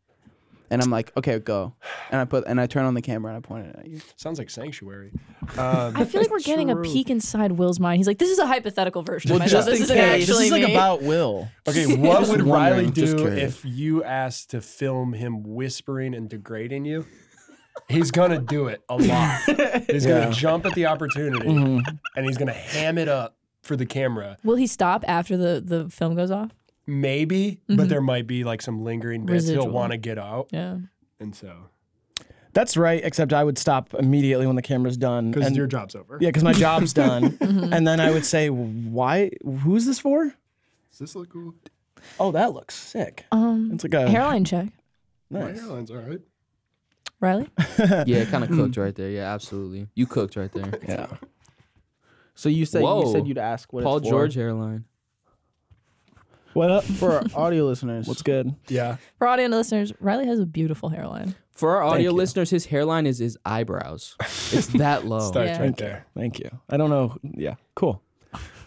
And I'm like, okay, go. And I put and I turn on the camera and I point it at you. sounds like sanctuary. Um, I feel like we're getting a peek inside Will's mind. He's like, this is a hypothetical version of myself. just This in isn't case- actually me. Will. okay, what would Riley wondering, just do curious. if you asked to film him whispering and degrading you? He's gonna do it a lot. He's gonna jump at the opportunity and he's gonna ham it up for the camera. Will he stop after the, the film goes off? Maybe, but there might be like some lingering bits. Residual. He'll want to get out, Yeah. and so That's right, except I would stop immediately when the camera's done. because and- your job's over. Yeah, because my job's done. and then I would say, why? Who's this for? Does this look cool? Oh, that looks sick. Um, It's like a hairline check. My nice. hairline's all right. Riley? Yeah, kind of cooked right there. Yeah, absolutely. You cooked right there. Yeah. So you said you Whoa. said you'd ask what Paul it's for. George hairline. What up? for our audio listeners. What's good? Yeah. For audio listeners, Riley has a beautiful hairline. For our audio you. listeners, his hairline is his eyebrows. It's that low. Starts Yeah. right there. Thank you. I don't know. Yeah, cool.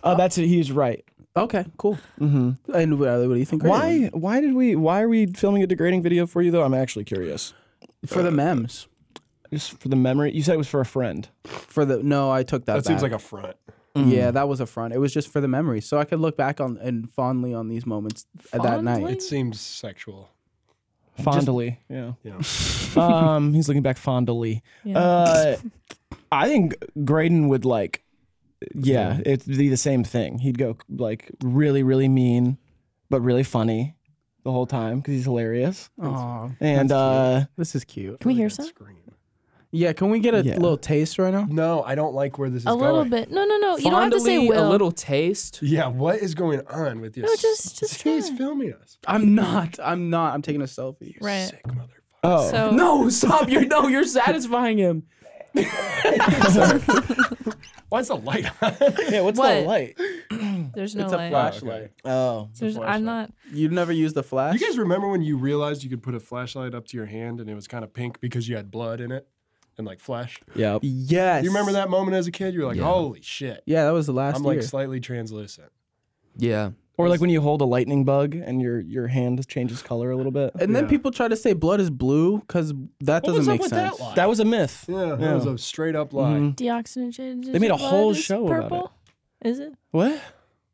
Oh, that's it. He's right. Okay, cool. Mm-hmm. And Riley, what do you think? Riley? Why? Why did we? Why are we filming a degrading video for you though? I'm actually curious. for the memes? Just for the memory. You said it was for a friend. For the no, I took that. That seems back. like a front. Mm. yeah, that was a front. It was just for the memory, so I could look back on and fondly on these moments at that Fondly? night. It seems sexual. Fondly. Yeah. Yeah. um, he's looking back fondly. Yeah. Uh, I think Graydon would like. Yeah, it'd be the same thing. He'd go like really, really mean, but really funny the whole time because he's hilarious. Aw, And uh, this is cute. Can we hear some? Scream. Yeah, can we get a Yeah. little taste right now? No, I don't like where this is A little going. bit. No, no, no. You don't have to say Fondly, a will. little taste. Yeah, what is going on with your? No, just- just he's try. filming us. I'm not. I'm not. I'm taking a selfie. Right. Sick motherfucker. oh, So No, stop! You're no, you're satisfying him. Why's the light on? Oh, yeah. What's the What? light? there's no It's a light. flashlight. Oh, There's, I'm not. You've never used the flash. You guys remember when you realized you could put a flashlight up to your hand and it was kind of pink because you had blood in it and like flesh? yeah. yes. You remember that moment as a kid? You're like, Yeah. holy shit. Yeah, that was the last I'm year. like slightly translucent. Yeah, Or like when you hold a lightning bug and your your hand changes color a little bit. and then Yeah. people try to say blood is blue because What that doesn't was up make with sense. that lie? That was a myth. yeah, that was a straight up lie. Mm-hmm. Mhm. Deoxygenated. They made a blood whole is show about it. purple? Is it? What?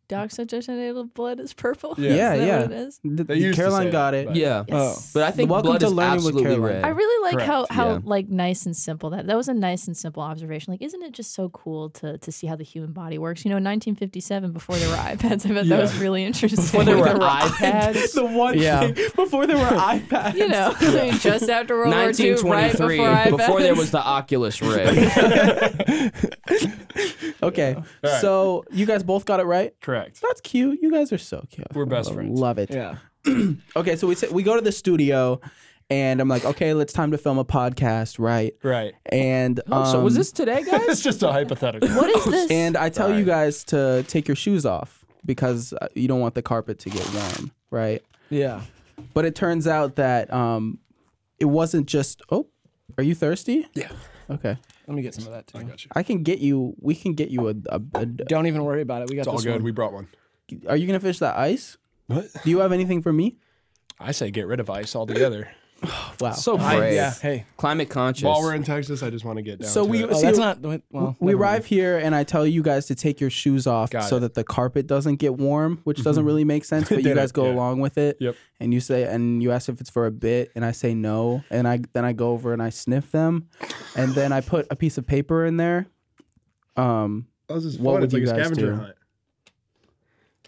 Deoxygenated blood is purple. Yeah. Yeah, Is that yeah. What it is? Th- They used to Caroline say got that, it. but- yeah. Yes. But I think Welcome blood to is Learning with absolutely Caroline. red. I really like Correct, how how yeah. like nice and simple that that was a nice and simple observation. Like, isn't it just so cool to to see how the human body works? You know, in 1957, before there were iPads, I bet that was really interesting. Before there were iPads. the one Yeah. thing before there were iPads. you know, I mean, just after World War II, right before 1923, iPads. before there was the Oculus Rift. Okay, Alright. so you guys both got it right. Correct. That's cute. You guys are so cute. We're best I friends. Love it. Yeah. Okay, so we sit, we go to the studio, and I'm like, okay, it's time to film a podcast, right? Right. And um, Oh, so was this today, It's guys? just a hypothetical. what is this? Oh, And I tell Sorry. you guys to take your shoes off because uh, you don't want the carpet to get warm, right? Yeah. But it turns out that um, it wasn't just. Oh, are you thirsty? Yeah. Okay, Let me get some of that too. Got you. I can get you. We can get you a. a, a Don't even worry about it. We got It's all this good. one. We brought one. are you gonna finish that ice? What? Do you have anything for me? I say get rid of ice altogether. Wow. so I- brave. yeah. Hey. Climate conscious. While we're in Texas, I just want to get down. So to we- it. Oh, See, that's not. Well, we never mind. arrive here and I tell you guys to take your shoes off Got so it. that the carpet doesn't get warm, which doesn't really make sense, but you Didn't, guys go yeah. along with it. Yep. And you say and you ask if it's for a bit and I say no and I then I go over and I sniff them and then I put a piece of paper in there. Um Oh, this is what fun. It's would like you a guys scavenger do? hunt.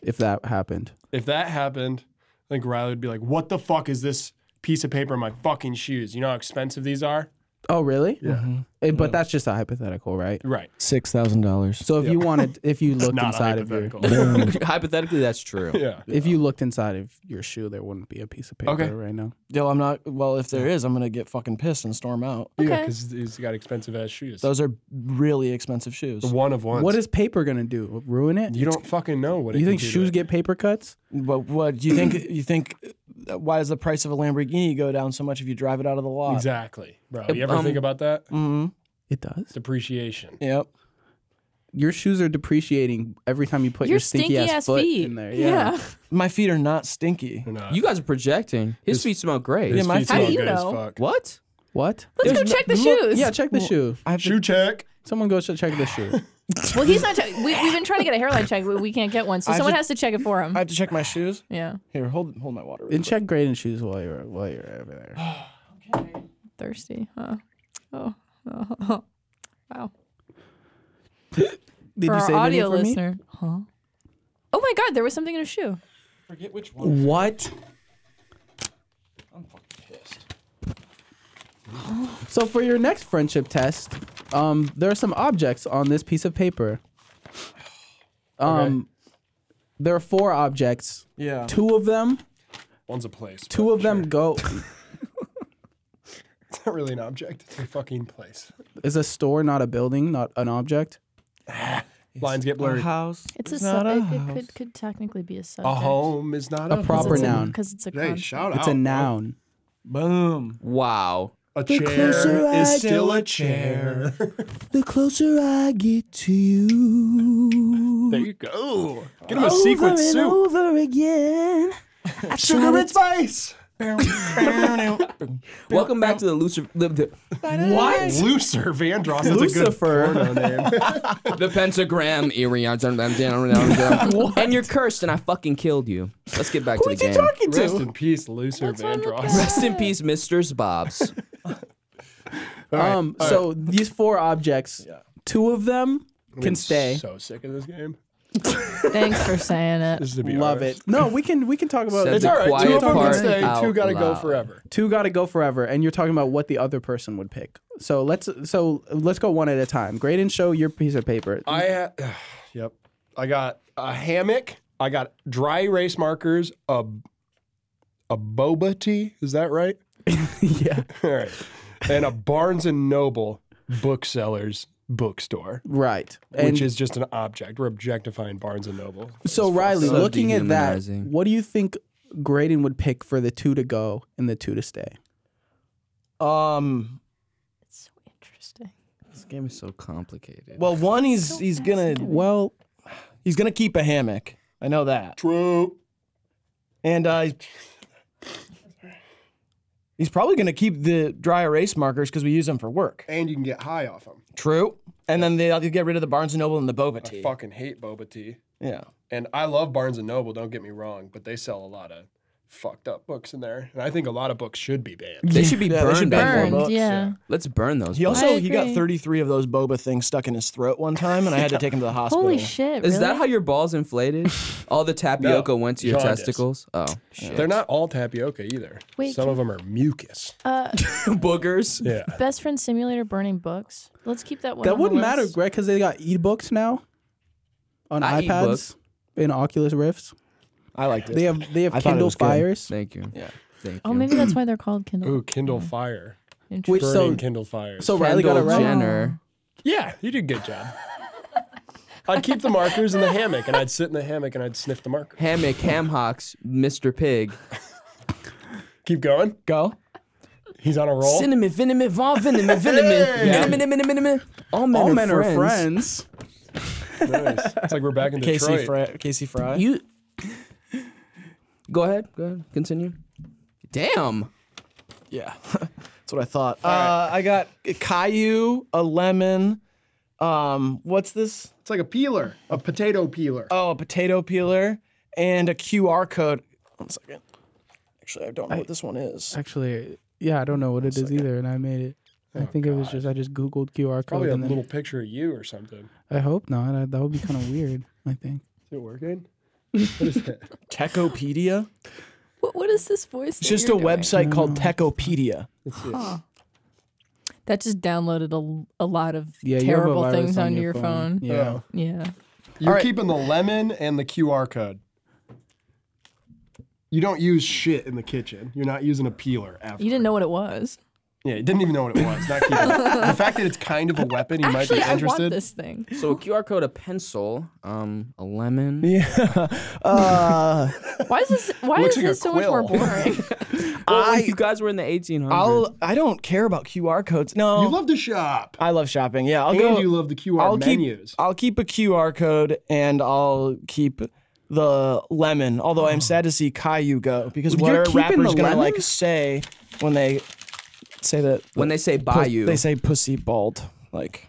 if that happened. If that happened, I think Riley would be like, "What the fuck is this piece of paper in my fucking shoes? You know how expensive these are." Oh really? Yeah. Eh, But that's just a hypothetical, right? Right. Six thousand dollars. So if you wanted if you looked Not a inside of your hypothetical. Hypothetically, that's true. yeah. if you looked inside of your shoe, there wouldn't be a piece of paper Okay. right now. Yo, I'm not. Well, if there is, I'm gonna get fucking pissed and storm out. Yeah, okay. because he's got expensive ass shoes. Those are really expensive shoes. one of ones. What is paper gonna do? Ruin it? You don't fucking know what. it You can think do to shoes it. get paper cuts? What? What? You think? You think? uh, Why does the price of a Lamborghini go down so much if you drive it out of the lot? exactly, bro? You ever Um, think about that? Mm-hmm. It does. Depreciation. Yep. Your shoes are depreciating every time you put your, your stinky, ass, foot feet in there. yeah. Yeah. My feet are not stinky. No. You guys are projecting. His, feet smell great. Yeah, His my feet feet- How do smell you good as know? fuck. What? What? Let's go check the shoes. Yeah, check the shoe. I have to, Shoe check. Someone go sh- check the shoe. Well, he's not. Check- we, we've been trying to get a hairline check, but we can't get one. So I someone ju- has to check it for him. I have to check my shoes. yeah. Here, hold hold my water. and check Graydon shoes while you're while you're over there. Thirsty. Huh. Oh. oh. Wow. Did for you our save any audio for me? listener. Huh. Oh my God! There was something in a shoe. Forget which one. What? I'm fucking pissed. So for your next friendship test, um, there are some objects on this piece of paper. Um, there are four objects. Yeah. Two of them, One's a place. but two of them sure. go It's not really an object. It's a fucking place. is a store, not a building, not an object. Lines get blurred. A, house. It's a, sub it, it could could technically be a subject. home is not a, A proper home. noun. because it's a Hey, compound. shout out. It's a bro. noun. Boom. Wow. A closer chair I is still go- a chair. The closer I get to you, there you go. Get him a sequin suit. over again. Sugar and spice. Welcome back to the Lucifer. The, the, what? Looser Vandross. That's Lucifer. a good porno name. the pentagram. and you're cursed, and I fucking killed you. Let's get back to the game. Rest in peace, Looser Vandross. Rest in peace, Mr. Bobs. Um. So these four objects, two of them can stay. So sick of this game. Thanks for saying it. This is to be Love honest. it. No, we can we can talk about Said It's The all right. Two quiet of them can part stay. Two out gotta go loud. forever. two got to go forever and you're talking about what the other person would pick so let's so let's go one at a time grade and show your piece of paper I had, yep. I got a hammock. I got dry erase markers. A a boba tea. Is that right? yeah All right. And a Barnes and Noble booksellers bookstore, right and which is just an object. We're objectifying Barnes and Noble. so riley so looking at that dehumanizing. what do you think graydon would pick for the two to go and the two to stay Um. It's so interesting. This game is so complicated. Well, one he's he's gonna well he's gonna keep a hammock. I know that. True. And uh, he's- he's probably gonna keep the dry erase markers because we use them for work. And you can get high off them. True. And then they they get rid of the Barnes and Noble and the boba I tea. fucking hate boba tea. Yeah. And I love Barnes and Noble. Don't get me wrong, but they sell a lot of fucked up books in there, and I think a lot of books should be banned. they should be Yeah, burned. they should be at burned. full Burned, books, yeah. Let's burn those. He books. also he got agree. 33 of those boba things stuck in his throat one time, and I had to take him to the hospital. Holy shit! Is really? that how your balls inflated? All the tapioca went to your jaundice. testicles. Oh shit. They're not all tapioca either. Wait, Some can- of them are mucus. uh, boogers. Yeah. best friend simulator burning books? Let's keep that one. that on the wouldn't matter list. greg because they got ebooks now on I eat ipads books. in oculus rifts I liked it. they have they have I thought it kindle was good. fires Thank you. Yeah. Thank you. Oh, maybe that's why they're called Kindle. Ooh, Kindle Fire. which Burning so Kindle Fire. so riley got it Kendall right Jenner. yeah, you did a good job. I'd keep the markers in the hammock, and I'd sit in the hammock and I'd sniff the marker. Hammock, ham hocks, Mr. Pig. Keep going. Go. He's on a roll. Cinnamon, venom, von venom, venom, venom, venom, venom. All men, all are, men friends. are friends Nice. It's like we're back in Casey Detroit. Fry. Casey Fry. You go ahead. Go ahead. Continue. Damn. yeah. That's what I thought. Uh, I got a Caillou, a lemon. Um, what's this? It's like a peeler, a potato peeler. Oh, a potato peeler and a QR code. One second. Actually, I don't know what this one is. Actually, yeah, I don't know what it is either, and I made it. I think it was just I just Googled QR Probably code, a and then little picture of you or something. I hope not. I, that would be kind of weird. I think. Is it working? Techopedia. What, what is this voice? It's that just a you're doing? website called Techopedia. that just downloaded a, a lot of Yeah, you have a terrible virus things on onto your your phone. phone. Yeah. Oh. Yeah. You're right. keeping the lemon and the QR code. You don't use shit in the kitchen. You're not using a peeler after. You didn't know what it was. Yeah, you didn't even know what it was. Not keeping the fact that it's kind of a weapon, you might be Actually, I want interested. this thing. So a QR code, a pencil, um, a lemon. Uh, Why is this? Why Looks is like a this so much more quill. boring? Well, when I- Oh, you guys were in the 1800s. I'll. I don't care about QR codes. No. You love to shop. I love shopping. Yeah, I'll And go. you love the QR I'll menus. keep I'll keep a QR code and I'll keep the lemon. Although I'm sad to see Caillou go because what You're are keeping rappers the gonna lemon? like say when they say that when they say pu- Bayou, they say pussy bald like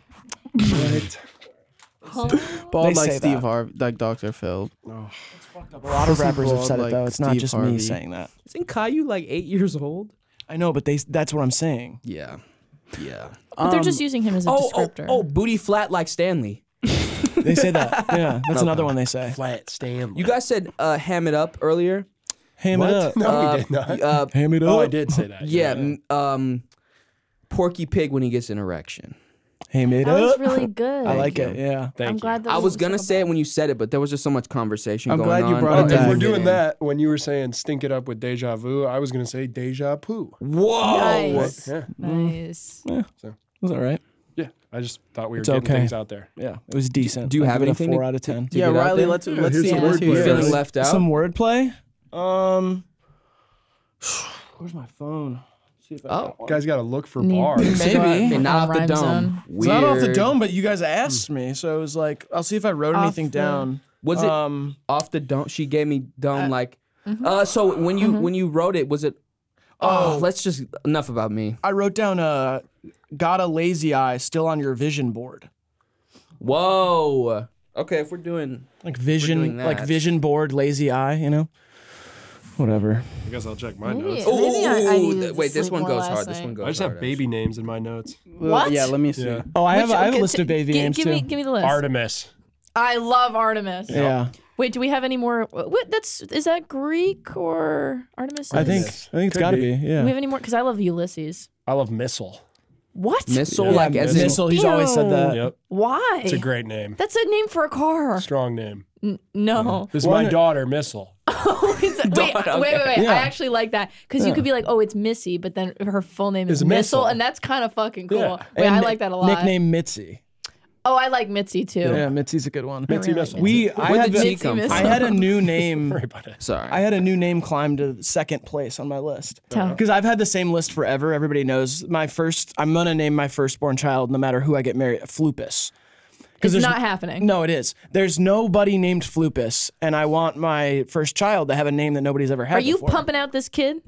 Bald They like say Steve that. Harvey, like Dr. Phil. a lot of rappers have bald said it like though. It's not Steve just Harvey. me saying that. isn't Caillou like eight years old? I know, but they that's what I'm saying. Yeah. Yeah. But they're just using him as a Oh, oh, descriptor. oh, booty flat like Stanley. They say that. Yeah, that's another one they say. Flat Stanley. You guys said uh, ham it up earlier. Ham it up. No, Uh, we did not. Uh, Ham it up. oh, I did say that. yeah. m- Um, Porky Pig when he gets an erection. Hey, made That was up. really good. uh, I like you. it. Yeah. I'm glad that I was wasn't gonna so say bad. it when you said it, but there was just so much conversation. I'm going glad you on. brought I Oh, it didn't if back. we're fit doing in. that, when you were saying stink it up with deja vu, I was going to say deja poo. Whoa! Nice. Oh. Yeah. Nice. It was all right. Yeah. I just thought we were It's getting okay. things out there. Yeah. It was decent. do you I'd have give it anything A to- four out of ten. get Yeah, out Riley, there? let's Yeah, let's here's see. some Let's hear wordplay, yours. Riley. Feeling left out. Some wordplay. Um, where's my phone? See if I Oh. got one. guys got to look for Need- bars. Maybe. Maybe. And not off the Rhyme dome. zone. It's not off the Weird. dome, but you guys asked me, so it was like, I'll see if I wrote Off anything the- down. Was it Um, off the dome? She gave me dome like. mm-hmm. Uh, so when you when you wrote it, was it? Oh, let's just enough about me. I wrote down uh, got a lazy eye still on your vision board, Whoa. Okay, if we're doing like doing vision, that. like vision board, lazy eye, you know. Whatever. I guess I'll check my Maybe, notes. maybe I, I Ooh, needed th- to wait, this sleep one more goes last hard. This night. one goes I just have hard, baby names in my notes. What? Yeah, let me see. Yeah. Oh, I have Which- I have a okay, list t- of baby gi- names give too. Me, give me the list. Artemis. I love Artemis. yeah, Wait, do we have any more? What? That's is that Greek or Artemis? I think I Yes. think it's Could got to be. be. Do we Yeah. have any more? Because I love Ulysses. I love Missile. What? Missile, Yeah, like as in missile. He's always said that. Yep. Why? It's a great name. That's a name for a car. Strong name. N- no. This is my daughter, Missile. It's- wait, wait, wait, wait. Yeah. I actually like that because you could be like, oh, it's Missy, but then her full name is Is Missile, Missile. and that's kind of fucking cool. Yeah. Wait, And I ni- like that a lot. Nickname Mitzi. Oh, I like Mitzi too. Yeah, Mitzi's a good one. Mitzi Missile. We I Where had did she a, Mitzi come Missile. I from? had a new name. Sorry about it. Sorry. I had a new name climb to second place on my list Tell. because I've had the same list forever. Everybody knows my first. I'm gonna name my firstborn child, no matter who I get married, Flupus. It's there's- not happening. No, it is. There's nobody named Flupus, and I want my first child to have a name that nobody's ever had. Are you before. pumping out this kid?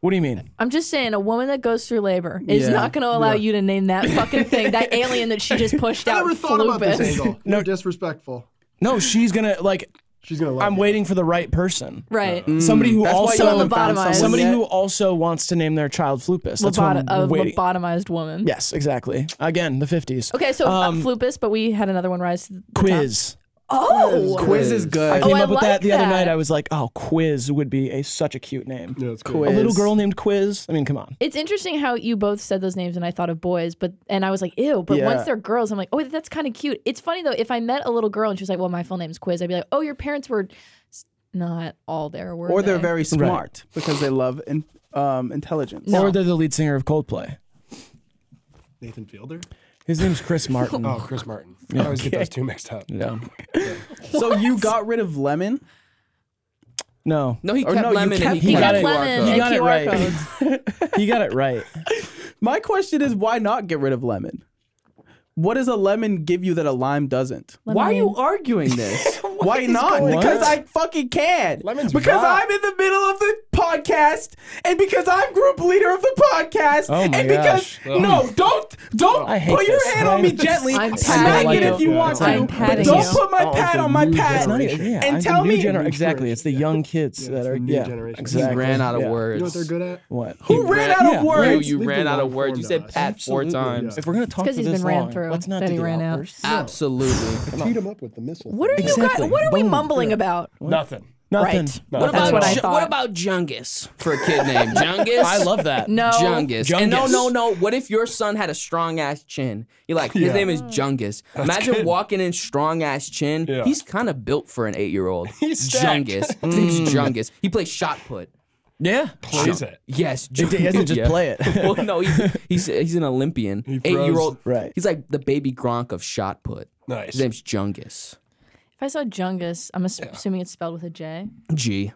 What do you mean? I'm just saying, a woman that goes through labor is Yeah. not going to allow you to name that fucking thing, that alien that she just pushed out. never thought about this Flupus. angle. No, disrespectful. No, she's gonna like. She's going to love I'm you. waiting for the right person. Right. Somebody who That's why you also haven't found someone somebody yet. who also wants to name their child Flupus. That's what Lobot- I'm a waiting. lobotomized woman. Yes, exactly. Again, the 50s. Okay, so uh, Flupus, but we had another one rise. To the top. Quiz. Oh, Quiz is I good. came I up with like that the that. other night. I was like, oh, Quiz would be a such a cute name. Yeah, it's A cool. little Quiz. girl named Quiz. I mean, come on. it's interesting how you both said those names, and I thought of boys, but and I was like, ew. But once Yeah. they're girls, I'm like, oh, that's kind of cute. It's funny though. If I met a little girl and she was like, well, my full name's Quiz, I'd be like, oh, your parents were s- not all there, were Or they're they? very smart because they love in, um, intelligence. No. Or they're the lead singer of Coldplay. Nathan Fielder? His name's Chris Martin. Oh, Chris Martin. I always get those two mixed up. Yeah. So you got rid of lemon. No. no, he Or kept no, you lemon. kept- and He You got got it. lemon You and got it QR right. codes. He got it right. My question is, why not get rid of lemon? What does a lemon give you that a lime doesn't? Why are you arguing this? Why not? going Because on? I fucking can. Lemon's because rock. I'm in the middle of the podcast, and because I'm group leader of the podcast, Oh my and because gosh. no, don't don't I hate put your this. hand on me gently. I'm Smack patting it you. if you want I'm to, but patting don't you. put my pad on my pad. Oh, It's not even- yeah, And it's tell the new me- gener- exactly. It's the young kids it's that the are new yeah, generation. He Exactly. ran out of yeah. words. You know what they're good at? What? Who ran out of Yeah. words? You Leave ran the out of long words. form You to said us. pat four Absolutely, times. yeah. If we're gonna talk because for he's this been ran long, through, let's not that do he the ran out. outbursts. Absolutely. Teed him up with the missile. What are you Exactly. guys? What are we Boom. mumbling about? Nothing. Nothing. Right. What That's about what I Ju- thought. What about Jungus for a kid named Jungus? I love that. no? Jungus. And no, Jungus. no, no. What if your son had a strong ass chin? You're like, his Yeah. name is Jungus. Imagine walking in strong ass chin. Yeah. He's kind of built for an eight year old. He's stacked. Mm. Jungus. His name's Jungus. He plays shot put. Yeah. Plays it. Yes, He doesn't just play it. well, no, he's, he's he's an Olympian, eight year old. Right. He's like the baby Gronk of shot put. Nice. His name's Jungus. If I saw Jungus, I'm ass- assuming it's spelled with a J. G.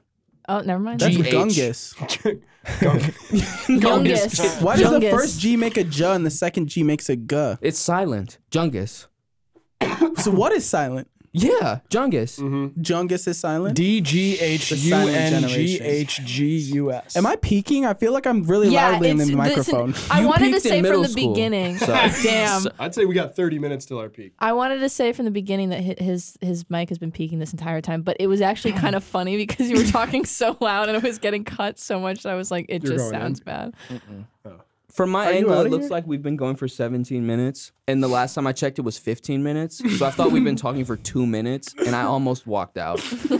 Oh, never mind. That's Jungus. G- Gungus. Jungus. Why does the first G make a J and the second G makes a G? It's silent. Jungus. So what is silent? Yeah, Jungus. Mm-hmm. Jungus is silent. D G H U N G H G U S. Am I peeking? I feel like I'm really Yeah, loudly in the it's- microphone. listen, I You wanted to peaked in say from middle the school. beginning. Sorry. Damn. I'd say we got 30 minutes till our peak. I wanted to say from the beginning that hi- his his mic has been peaking this entire time, but it was actually kind of funny because you were talking so loud and it was getting cut so much that I was like, it just going in? sounds bad. From my you angle, outta it looks here? like we've been going for 17 minutes, and the last time I checked, it was 15 minutes. So I thought we'd been talking for two minutes, and I almost walked out.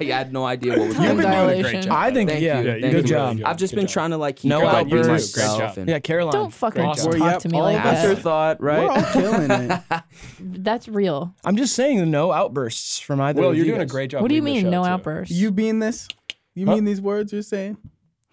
I had no idea what was Time going on. dilation. I think Thank yeah. you. Yeah, thank you you. did really good. I've just Good been job. trying to like keep No out outbursts. Great myself job. and Yeah, Caroline. Don't fucking Awesome. talk to me all like of us that. are afterthought, right? We're all killing it. That's real. I'm just saying no outbursts from either. Will, of you're you doing a guys. great job. What do you leading the mean, show, no too. outbursts? You mean this? You Huh? mean these words you're saying?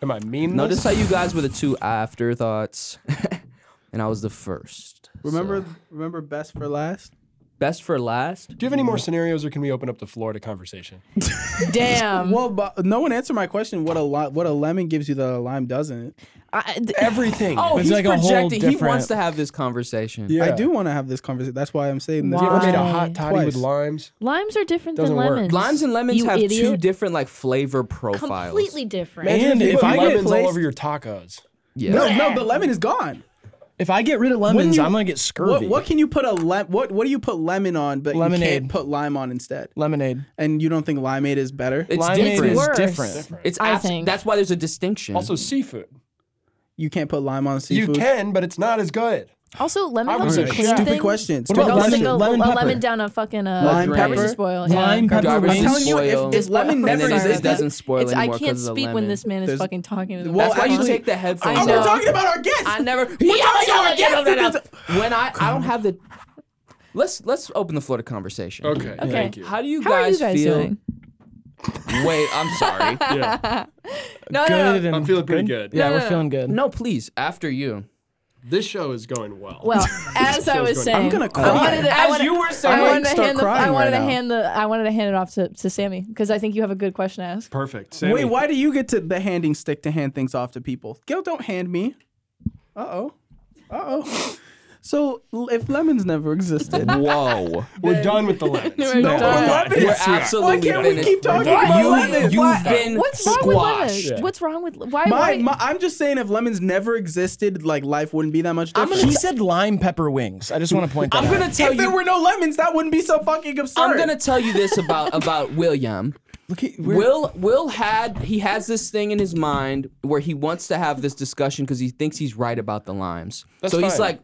Am I mean? Notice this? how you guys were the two afterthoughts, and I was the first. Remember, so. remember best for last. best for last. Do you have any more scenarios, or can we open up the floor to conversation? Damn. Well, but no one answered my question. What a li- what a lemon gives you that a lime doesn't. I, d- Everything. Oh, It's he's like a whole projecting. He different- wants to have this conversation. I do want to have this conversation. That's why I'm saying this. You ever made a Why? hot toddy with Twice. limes? limes are different than Doesn't work. lemons. Limes and lemons You have two idiot. different like flavor profiles. completely different. Man, Imagine And if you put I get lemons all placed- over your tacos, Yeah. No, no, the lemon is gone. If I get rid of lemons, you- I'm gonna get scurvy. What, what can you put a lem- what what do you put lemon on but you Lemonade. can't put lime on instead? Lemonade. And you don't think limeade is better? It's Limeade different. is Worse. different. It's I abs- think. that's why there's a distinction. also seafood. you can't put lime on You seafood. can, but it's not as good. Also, lemon I'm helps you right. clean Stupid things. question. What about Don't lemon- stick a, lemon a pepper? lemon down a fucking uh, Lime garbage pepper? Spoil. Lime yeah. pepper. Garbage I'm telling you, spoil, if This lemon and never then it just exists. doesn't spoil It's, I anymore 'cause can't of the speak when lemon. this man is There's- fucking talking to the Well, That's why you actually- take the headphones. I know. We're off. talking about our guests. I never. We're talking about our guests. When I I don't have the. Let's let's open the floor to conversation. Okay. Okay. Thank you. How do you How are guys, you guys feel? doing? Wait, I'm sorry. No, no, no. Good and I'm feeling pretty good. Yeah, No, we're no, feeling good. no, please. After you. This show is going well. Well, as I was saying, I'm gonna I wanted cry. to- I As wanted- you were saying, I like, wanted to start hand the, I crying wanted right to now. hand the, I wanted to hand it off to, to Sammy because I think you have a good question to ask. Perfect. Sammy, Wait, why do you get to the handing stick to hand things off to people? Gil, don't hand me. Uh oh. Uh oh. So l- if lemons never existed, Whoa. We're done with the lemons. We're No, done. not. We're Yeah. We're Yeah. absolutely Why can't we finished. keep We're talking done. about you, lemons? You've Why- been What's wrong with squashed. lemons? What's wrong with why? my, why my, I'm just saying, if lemons never existed, like life wouldn't be that much I'm different. gonna- He said lime pepper wings. I just want to point that I'm out. gonna tell if there you. were no lemons, that wouldn't be so fucking absurd. I'm gonna tell you this about about William. Look at, we're- Will Will had he has this thing in his mind where he wants to have this discussion because he thinks he's right about the limes. so he's fine. like,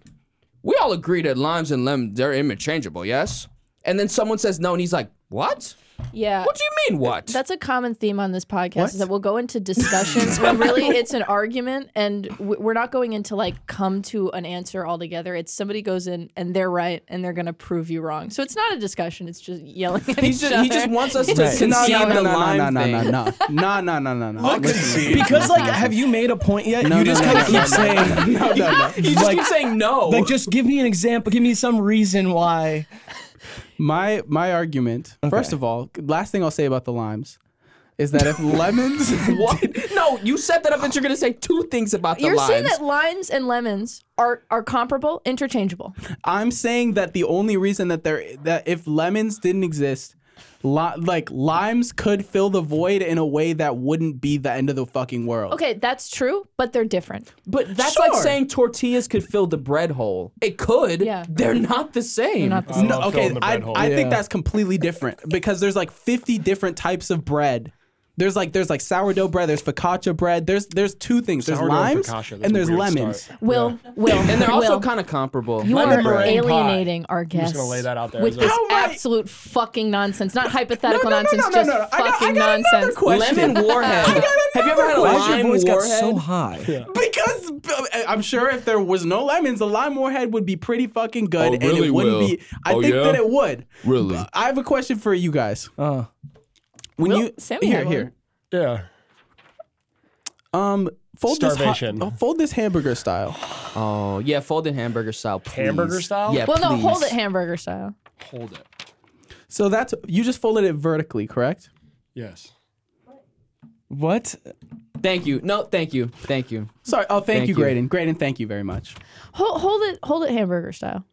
we all agree that limes and lemons they're interchangeable, yes? And then someone says no, and he's like, what? yeah. What do you mean what? That's a common theme on this podcast is that we'll go into discussions when really it's an argument and w- we're not going into like come to an answer altogether. It's somebody goes in and they're right and they're going to prove you wrong. So it's not a discussion. It's just yelling at He's each just- other. he just wants us to Right. concede no, no, no, the no, lime no, no, thing. no, no, no, no, no, no, no, no. because like, have you made a point yet? you just no, kind no, of keep saying, No, no, no. You just Like- keep saying no. like, just give me an example. Give me some reason why. My my argument. First of all, last thing I'll say about the limes is that if lemons, what? No, you set that up that you're gonna say two things about the You're limes. saying that limes and lemons are are comparable, interchangeable. I'm saying that the only reason that there that if lemons didn't exist, li- like limes could fill the void in a way that wouldn't be the end of the fucking world. Okay, that's true, but they're different. But that's like Sure. saying tortillas could fill the bread hole. It could. Yeah. They're not the same. not the I same. love No, okay, filling the I, bread hole. I Yeah. think that's completely different because there's like 50 different types of bread. There's like there's like sourdourd bread, there's focaccia bread. There's there's two things. There's Sourdough and limes focaccia, that's and a there's weird lemons. start. Will, Will, And they're also Will, kind of comparable. You Lemon are meringue pie. alienating our gonna guests lay that out there with as a- this How am I- absolute fucking nonsense. Not hypothetical No, no, no, nonsense, no, no, just no, no. I got- fucking I got another nonsense. question. Lemon warhead. I got Have you ever had a Why has your lime voice got warhead? so high? Because uh, I'm sure if there was no lemons, the lime warhead would be pretty fucking good, Oh, and really, it wouldn't Will? be. I Oh, think yeah? that it would. Really? Uh, I have a question for you guys. Uh, When Will- you Sammy here had one. here Yeah. um fold this Starvation. hot, fold this hamburger style. Oh yeah, folded hamburger style. Please. Hamburger style? Yeah. Well, no, please. hold it hamburger style. Hold it. So that's you just folded it vertically, correct? Yes. what? Thank you. No, thank you. Thank you. Sorry. Oh, thank, Thank you, you. Graydon. Graydon, thank you very much. Hold, hold it, hold it hamburger style.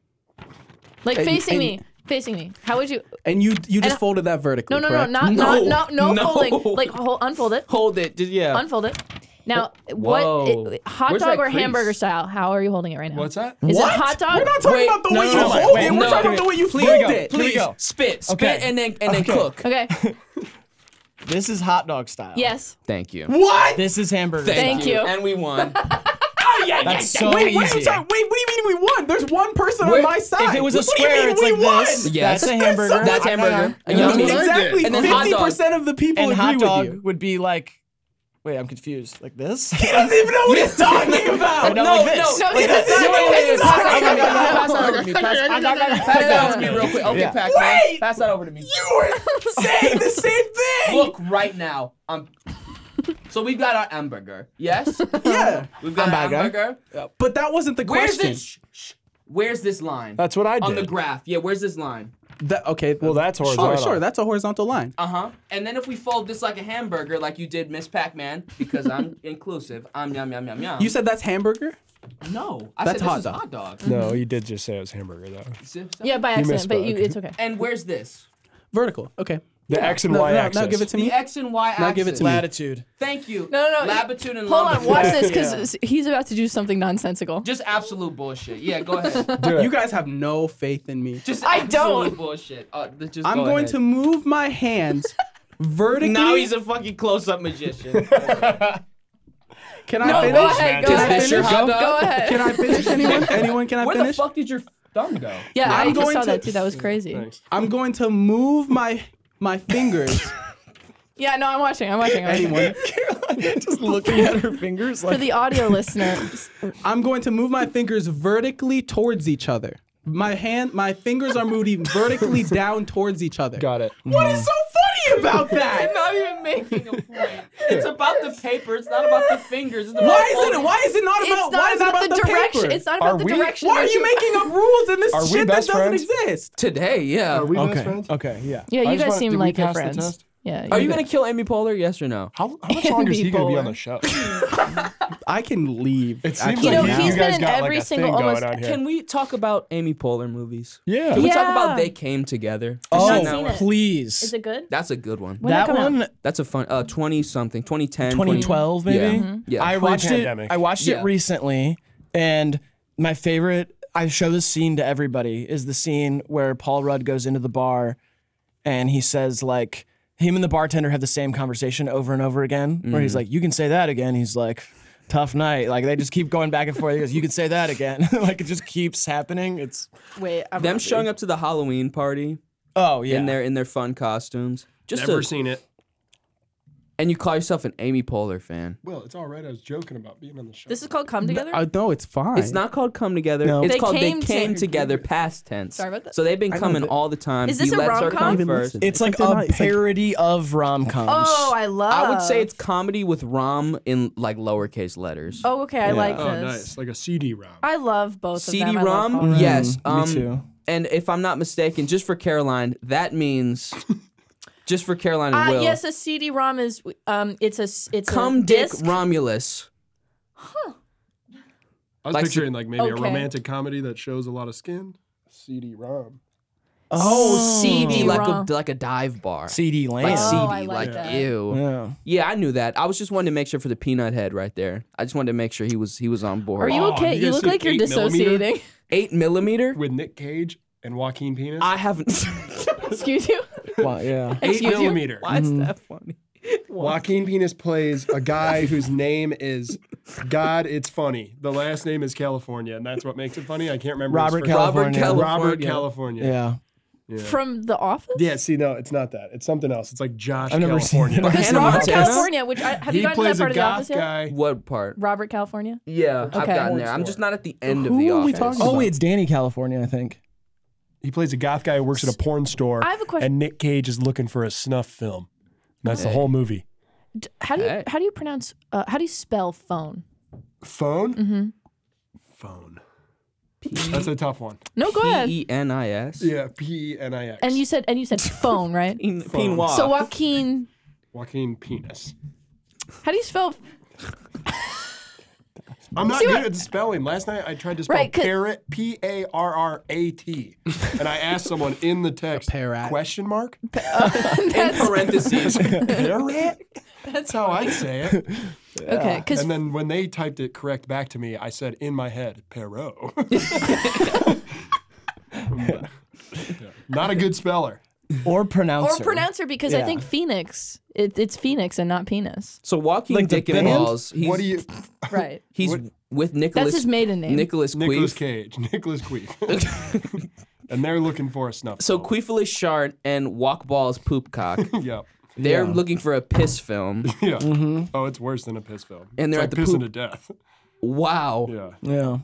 Like And- facing and- me, facing me. How would you? And you you just I- folded that vertically. No, no, no, correct? not, No, not, no, no, no. folding. Like hold, unfold it, Hold it. Just, yeah. unfold it. Now, Whoa. what? It, hot Where's dog that or crease? hamburger style? How are you holding it right now? What's that? Is What? it hot dog? We're not talking Wait, about the no, way no, you no, hold wait, it. We're no. talking about the way you Please, fold it. please go. spit, spit, Okay. and then and then Okay. cook. Okay. This is hot dog style. Yes. Thank you. What? This is hamburger. Thank style. you. And we won. yeah, That's yeah. so wait, wait, easy. I'm sorry. Wait, what do you mean we won? There's one person Where- on my side. If it was a What do you mean square, it's we like won? this. That's a That's hamburger. Uh-huh. That's I- hamburger. I- And I that's mean, what I exactly. did. And then hot Fifty percent of the people and agree hot with dog you. would be like, wait, I'm confused. Like this? He doesn't even know what he's talking about. no, like this. No, it's that's not what it's Pass talking that over to about. me. Pass that over to me. Pass I got- I got- pass that over to me real quick. Okay, Yeah. Pac-Man. Wait! Pass that over to me. You were saying the same thing. Look right now. I'm. So we've got our hamburger. Yes. yeah, We've got Hamburger. our hamburger. but that wasn't the Where's question. this? Sh- sh- where's this line? That's what I on the did. graph. Yeah. Where's this line? That- okay. Well, that's Sure, horizontal. sure. That's a horizontal line. Uh huh. And then if we fold this like a hamburger, like you did, Miss Pac-Man, because I'm inclusive. I'm yum yum yum yum. You said that's hamburger. no. I That's said this hot is dog. hot dog. No, you did just say it was hamburger though. See- see- Yeah, by missed accident, but you, both. it's okay. And where's this? Vertical. Okay. The X and No, Y no, axis. Now give it to The me. X and Y axis. Now give it to me. Latitude. Thank you. No, no, no. Latitude and Hold on, longitude. watch this because he's about to do something nonsensical. Just absolute bullshit. Yeah, go ahead. Do it. You guys have no faith in me. Just I absolute don't. bullshit. Uh, th- just I'm go going ahead. to move my hands vertically. Now he's a fucking close-up magician. Can I No, finish? go ahead, go Can I ahead. finish? Hot dog? Go ahead. Can I finish? Anyone? Anyone? Can I Where the finish? fuck did your thumb go? Yeah, i I'm just going saw to- that too. That was crazy. I'm going to move my my fingers. Yeah, no, I'm watching. I'm watching. I'm watching. Anyone? Just looking at her fingers For like the audio listener, I'm going to move my fingers vertically towards each other. My hand, my fingers are moving vertically down towards each other. Got it. What is so funny about that? I'm not even making a point. It's about the paper. It's not about the fingers. It's about Why is it? Why is it not it's about? not why is it about, about the, direction. paper? It's not about Are the we- direction. why are that you making up rules in this Are we shit that best doesn't friends? exist? today? Yeah. Are we Okay. best friends? Okay, yeah. Yeah, I you just guys wanna- seem did we like your pass the friends. test? Yeah. kill Amy Poehler? Yes or no? How, how much longer is he going to be on People. the show? I can leave. It seems You like know, you, he's you guys been in got every like a single- thing almost- going on here. Can we talk about Amy Poehler movies? yeah. Can we talk Yeah. about They Came Together? not Oh, seen it. please. Is it good? That's a good one. When did it that come out? one, That's a fun. Uh, twenty something, 2010, 2012 maybe. Yeah. Mm-hmm. Mhm. Yeah. I watched Pre-pandemic. it. I watched Yeah. it recently, and my favorite. I show this scene to everybody. Is the scene where Paul Rudd goes into the bar, and he says like him and the bartender have the same conversation over and over again. Where Mm. he's like, "You can say that again." He's like. Tough night. Like they just keep going back and forth. He goes, "You can say that again." like it just keeps happening. It's Wait, I'm Them showing up to the Halloween party oh yeah. in their in their fun costumes. Just a, seen it. and you call yourself an Amy Poehler fan. Well, it's all right. I was joking about being on the show. This is called Come Together. I know uh, it's fine. It's not called come together. No. It's They called came they to- came together past tense. Sorry about that. So they've been coming all the time. Is this He a lets her rom-com? come Even first. listen. it's like It's like they're a not- it's like- parody of rom coms. oh, I love. I would say it's comedy with rom in like lowercase letters. Oh, okay. I like this. oh, nice. Like a CD ROM. I love both of them. I love all CD-ROM, of them. yes. Mm, me Um, too. And if I'm not mistaken, just for Caroline, that means just for Caroline and Uh, Will. yes, a CD-ROM is um, it's a s- it's a Come Dick disc. Romulus. I was Like- picturing like maybe a Okay. romantic comedy that shows a lot of skin. CD ROM. Oh, CD like CD-ROM. a like a dive bar. CD Lane. Like Oh, CD, I like like that. ew. Yeah. Yeah, I knew that. I was just wanting to make sure for the peanut head right there. I just wanted to make sure he was he was on board. Are you Oh, okay? you You, guys look see like you're eight millimeter? dissociating. eight millimeter? With Nick Cage and Joaquin Penis. I haven't. Excuse you. Well, yeah. Eight Excuse you. millimeter. Why Mm-hmm. is that funny? Joaquin Penis plays a guy whose name is God. It's funny. The last name is California, and that's what makes it funny. I can't remember. his Robert first- California. Robert Robert California. California. Yeah. From The Office. Yeah, see, no, it's not that. It's something else. It's like Josh I've never seen California. it. It's Hannah Robert Montana? California. Which I, have you He gotten to that plays part a of The goth Office yet? guy. What part? Robert California. Yeah, I've Okay. gotten there. I'm just not at the end of Who the are we office. talking Oh, it's Danny California, I think. He plays a goth guy who works at a porn store. I have a question. And Nick Cage is looking for a snuff film. And that's the whole movie. D- How do you Hey. how do you pronounce uh, how do you spell phone? Phone? Mm-hmm. Phone. That's a tough one. No, go ahead. P E N I S. Yeah, P E N I X. And you said and you said phone, right? Pinoir. so Joaquin, Joaquin Penis. how do you spell? I'm not See good what- at spelling. Last night I tried to spell Right, 'cause- parrot, P A R R A T. And I asked someone in the text, parrot. question mark? in parentheses. Parrot? That's how I say it. Okay, because And then when they typed it correct back to me, I said in my head, Perot. Not a good speller. Or pronouncer. or pronouncer because I Yeah. think phoenix it, it's phoenix and not penis. so walking Like the dick and band? balls. He's, What do you? Right. He's What- with Nicholas. That's his maiden name. Nicholas Nicholas Queef. Cage, Nicholas Queef, and they're looking for a snuff. so film. Queefulous Shart and Walk Balls Poopcock. Yep. They're looking for a piss film. Yeah. Oh, it's worse than a piss film. Mm-hmm. And they're it's at like the pissing poop- to death. Wow. Yeah. Yeah.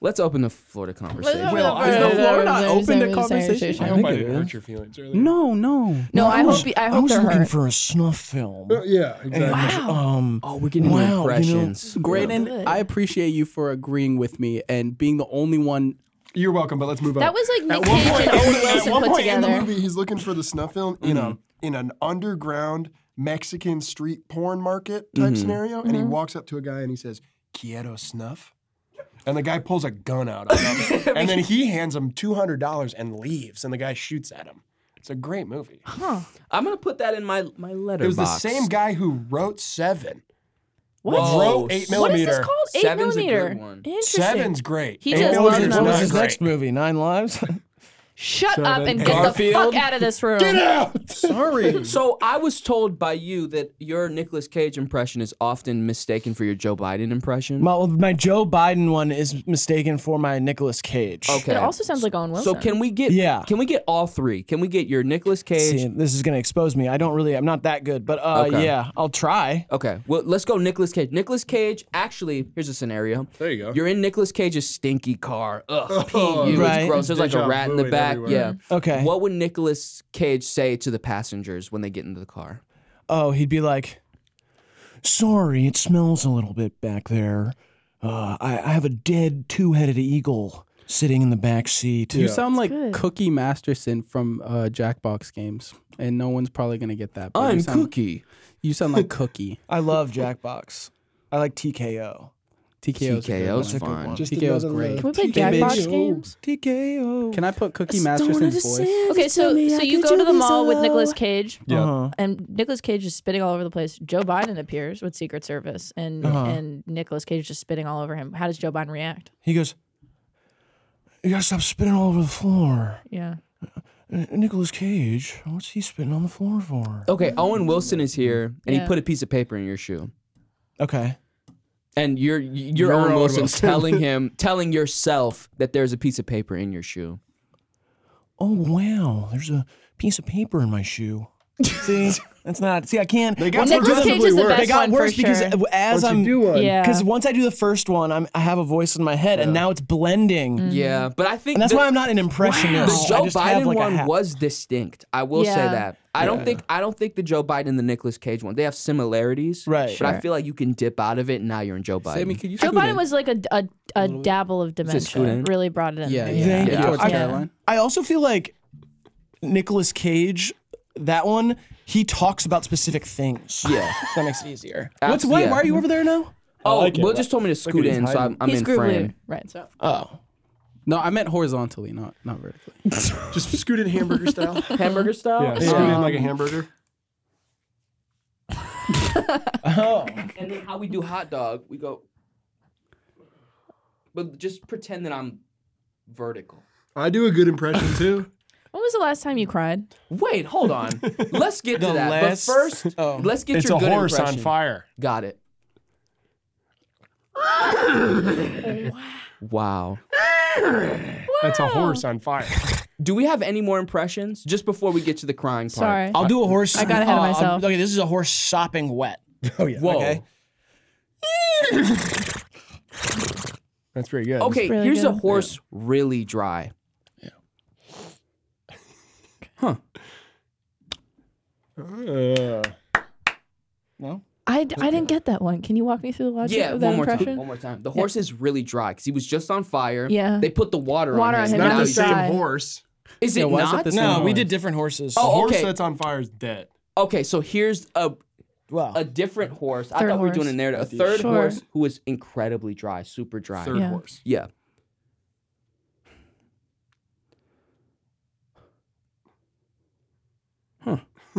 Let's open the floor to conversation. Will, is the floor not open to conversation? I hope I didn't hurt your feelings earlier. No, no. No, Oh, I hope he- I Oh, I hope was they're looking hurt. for a snuff film. Yeah, exactly. Um, oh, we're getting Wow, you know, impressions. Graydon, Good. I appreciate you for agreeing with me and being the only one. You're welcome, but let's move on. That was like Nick one Cage point- and Owen at Wilson one put point in the together. movie, he's looking for the snuff film in a in an underground Mexican street porn market type scenario, and he Mm-hmm. walks up to a guy and he says, "Quiero snuff," and the guy pulls a gun out, of him, and then he hands him two hundred dollars and leaves, and the guy shoots at him. It's a great movie. I'm gonna put that in my my letter. It was the same guy who wrote Seven. What? Wrote eight What is this millimeter. called? Eight Seven's a good millimeter. one. Interesting. Seven's great. He Eight just what was loves his, millimeter's what was numbers. not his great. next movie? Nine Lives? Shut up and get the Garfield? fuck out of this room. Sorry. So I was told by you that your Nicolas Cage impression is often mistaken for your Joe Biden impression. my, my Joe Biden one is mistaken for my Nicolas Cage. Okay. It also sounds like Owen Wilson. So can we get Yeah. Can we get all three? Can we get your Nicolas Cage? See, this is going to expose me. I don't really, I'm not that good, but uh, Okay. yeah, I'll try. Okay. Well, let's go Nicolas Cage. Nicolas Cage. Actually, here's a scenario. There you go. Oh, You're in Nicolas Cage's stinky car. Ugh. Pee. You. Right. It's gross. There's like Deja a rat in the vuing back. everywhere. Yeah. Okay. What would Nicolas Cage say to the passengers when they get into the car? Oh, he'd be like, sorry, it smells a little bit back there. Uh, I, I have a dead two headed eagle sitting in the back seat. You sound like good. Cookie Masterson from uh, Jackbox games, and no one's probably gonna get that. but you I'm sound, Cookie. You sound like Cookie. I love Jackbox. I like TKO. TKO's, a good TKO's one. fine. Just TKO's another great. laugh. Can we play Hey, Jackbox bitch. games? TKO. Can I put Cookie Masterson's voice? Okay, so so you go to the mall with Nicolas Cage, Yeah. Uh-huh. and Nicolas Cage is spitting all over the place. Joe Biden appears with Secret Service, and Uh-huh. and Nicolas Cage is just spitting all over him. How does Joe Biden react? He goes, You gotta stop spitting all over the floor. Yeah, Nicholas Cage, what's he spitting on the floor for? Okay. Owen Wilson is here, and he Yeah. put a piece of paper in your shoe. Okay. And you're you're, Owen Wilson, telling him, telling yourself that there's a piece of paper in your shoe. Oh wow, there's a piece of paper in my shoe. see, that's not. See, I can't. They got once I do Nicolas the- Cage is the They best got one for worse because sure. as Once you I'm do Uh, one, yeah. Because once I do the first one, I'm, I have a voice in my head, and now it's blending. Mm-hmm. Yeah, but I think And that's the- why I'm not an impressionist. The I Joe just have Biden like a one hat. was distinct. I will say Yeah. that. I don't think I don't think the Joe Biden and the Nicolas Cage one. They have similarities. Right. But I feel like you can dip out of it and now you're in Joe Biden. Sammy, could you Joe scoot Biden in? was like a a, a dabble of scoot dementia. in? Really brought it in. yeah, there. yeah, Thank yeah. you. Towards I- Caroline. I also feel like Nicolas Cage, that one, he talks about specific things. Yeah. that makes it easier. Abs- What's why, yeah. why are you over there now? oh, Will just told me to scoot in, so I'm, I'm He's in group frame. leader, right? So Oh, No, I meant horizontally, not not vertically. Just scoot in hamburger style. Hamburger style. Yeah, scoot in like a hamburger. And then how we do hot dog, we go. But just pretend that I'm vertical. I do a good impression too. when was the last time you cried? Wait, hold on. let's get to The that. last- But first, Oh. let's get your good impression. fire. Got it. wow. That's a horse on fire. Do we have any more impressions just before we get to the crying part? Sorry. I'll do a horse. I got ahead of uh, myself. Okay, this is a horse sopping wet. oh yeah. Whoa. Okay. Okay, That's pretty good. really here's a good. horse really dry. Uh, I, I didn't get that one. Can you walk me through the logic Yeah, of one that more impression? time. One more time. The horse is really dry because he was just on fire. Yeah. They put the water, Water on on him. him, and not not now the the he's- same side. horse. Is it Yeah, why is it not? the same? No, Same we horse. did different horses. Oh, Horse okay. that's on fire is dead. Okay, so here's a wow. a different horse. I Third thought we were doing horse. a narrative. A third Sure. horse who was incredibly dry, super dry. Third Yeah. horse. Yeah.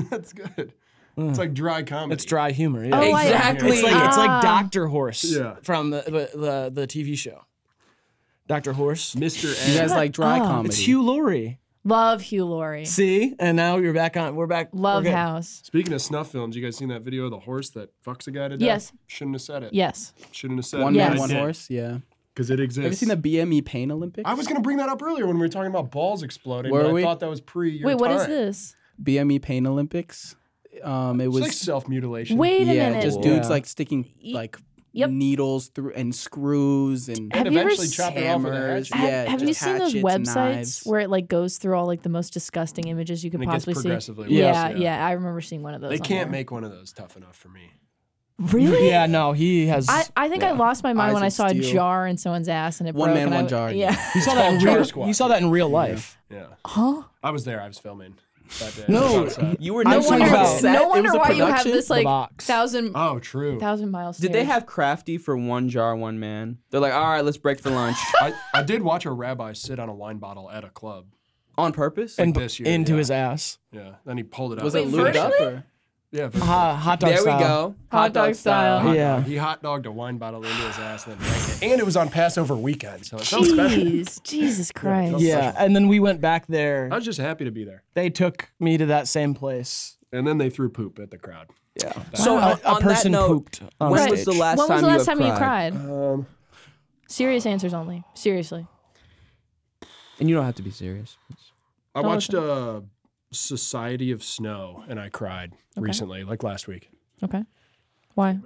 that's good. Mm. It's like dry comedy. it's dry humor. Yeah. Oh, I- exactly. It's like it's like Ah. Doctor Horse Yeah. from the, the the the TV show. Doctor Horse. Mr. You Ed. guys like dry up. comedy? It's Hugh Laurie. Love Hugh Laurie. See, and now you're back on. We're back. we're Love good. House. Speaking of snuff films, you guys seen that video of the horse that fucks a guy to death? Yes. Shouldn't have said it. Yes. Shouldn't have said One it. man, Yes. one horse. Yeah. Because it exists. Have you seen the BME Pain Olympics? I was going to bring that up earlier when we were talking about balls exploding. Were but we? I thought that was pre your Wait, what is time. this? BME E Pain Olympics. Um, it It's was like self mutilation. Wait a yeah, minute. just Whoa. dudes like sticking Ye- like Yep. needles through and screws and Have And you ever eventually chop it off with a hammers. hatchet. Have, yeah, have you just seen those hatchets, websites knives. where it like goes through all like the most disgusting images you could And it gets possibly see? progressively worse, Yeah, yeah, yeah. I remember seeing one of those. They on can't there. make one of those tough enough for me. really. Yeah, no, he has. I, I think I lost my mind Eyes when I of saw a steel. jar in someone's ass and it One broke. man, and I one w- jar, Yeah. you saw that in called Jar real. Squad. You saw that in real life. Yeah. Huh? I was there. I was filming that day. No. You were I'm No next talking wonder, to about- us. Set? no It was wonder a why you have production? this The like box. thousand Oh, true. thousand miles. Did they have crafty for one jar, one man? They're like, all right, let's break for lunch I, I did watch a rabbi sit on a wine bottle at a club. on purpose. and this year, into yeah. his ass. Yeah. Then he pulled it out. was Wait, it lubed up? vertically? Or? Yeah. very- Ha, hot dog there style. we go. Hot dog style. Hot Yeah. dog. He hot dogged a wine bottle into his ass and then drank it. And it was on Passover weekend, so it felt special. Jeez, Jesus Christ. Yeah, and then we went back there. I was just happy to be there. They took me to that same place. And then they threw poop at the crowd. So Wow. on- A- a on that person note, pooped Um, on when stage. was the last when time was the last you, have time you cried? cried? Um, Serious answers only. Seriously. And you don't have to be serious. I Oh, watched uh, Society of Snow and I cried recently, like last week. Okay. Why?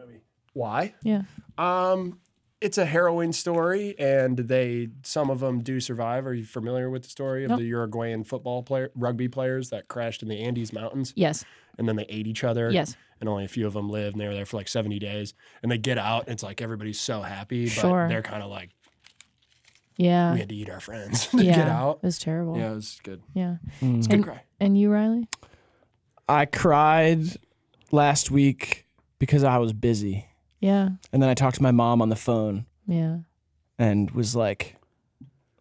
Why? Yeah. Um, it's a harrowing story, and they some of them do survive. Are you familiar with the story of No. the Uruguayan football player, rugby players that crashed in the Andes Mountains, Yes. and then they ate each other? Yes. and only a few of them lived, and they were there for like seventy days. And they get out, and it's like everybody's so happy, but Sure. they're kind of like Yeah. we had to eat our friends to yeah. get out. It was terrible. Yeah, Yeah. it was good. Mm. Good And- cry. And you, Riley? I cried last week because I was busy, Yeah. and then I talked to my mom on the phone Yeah. and was like,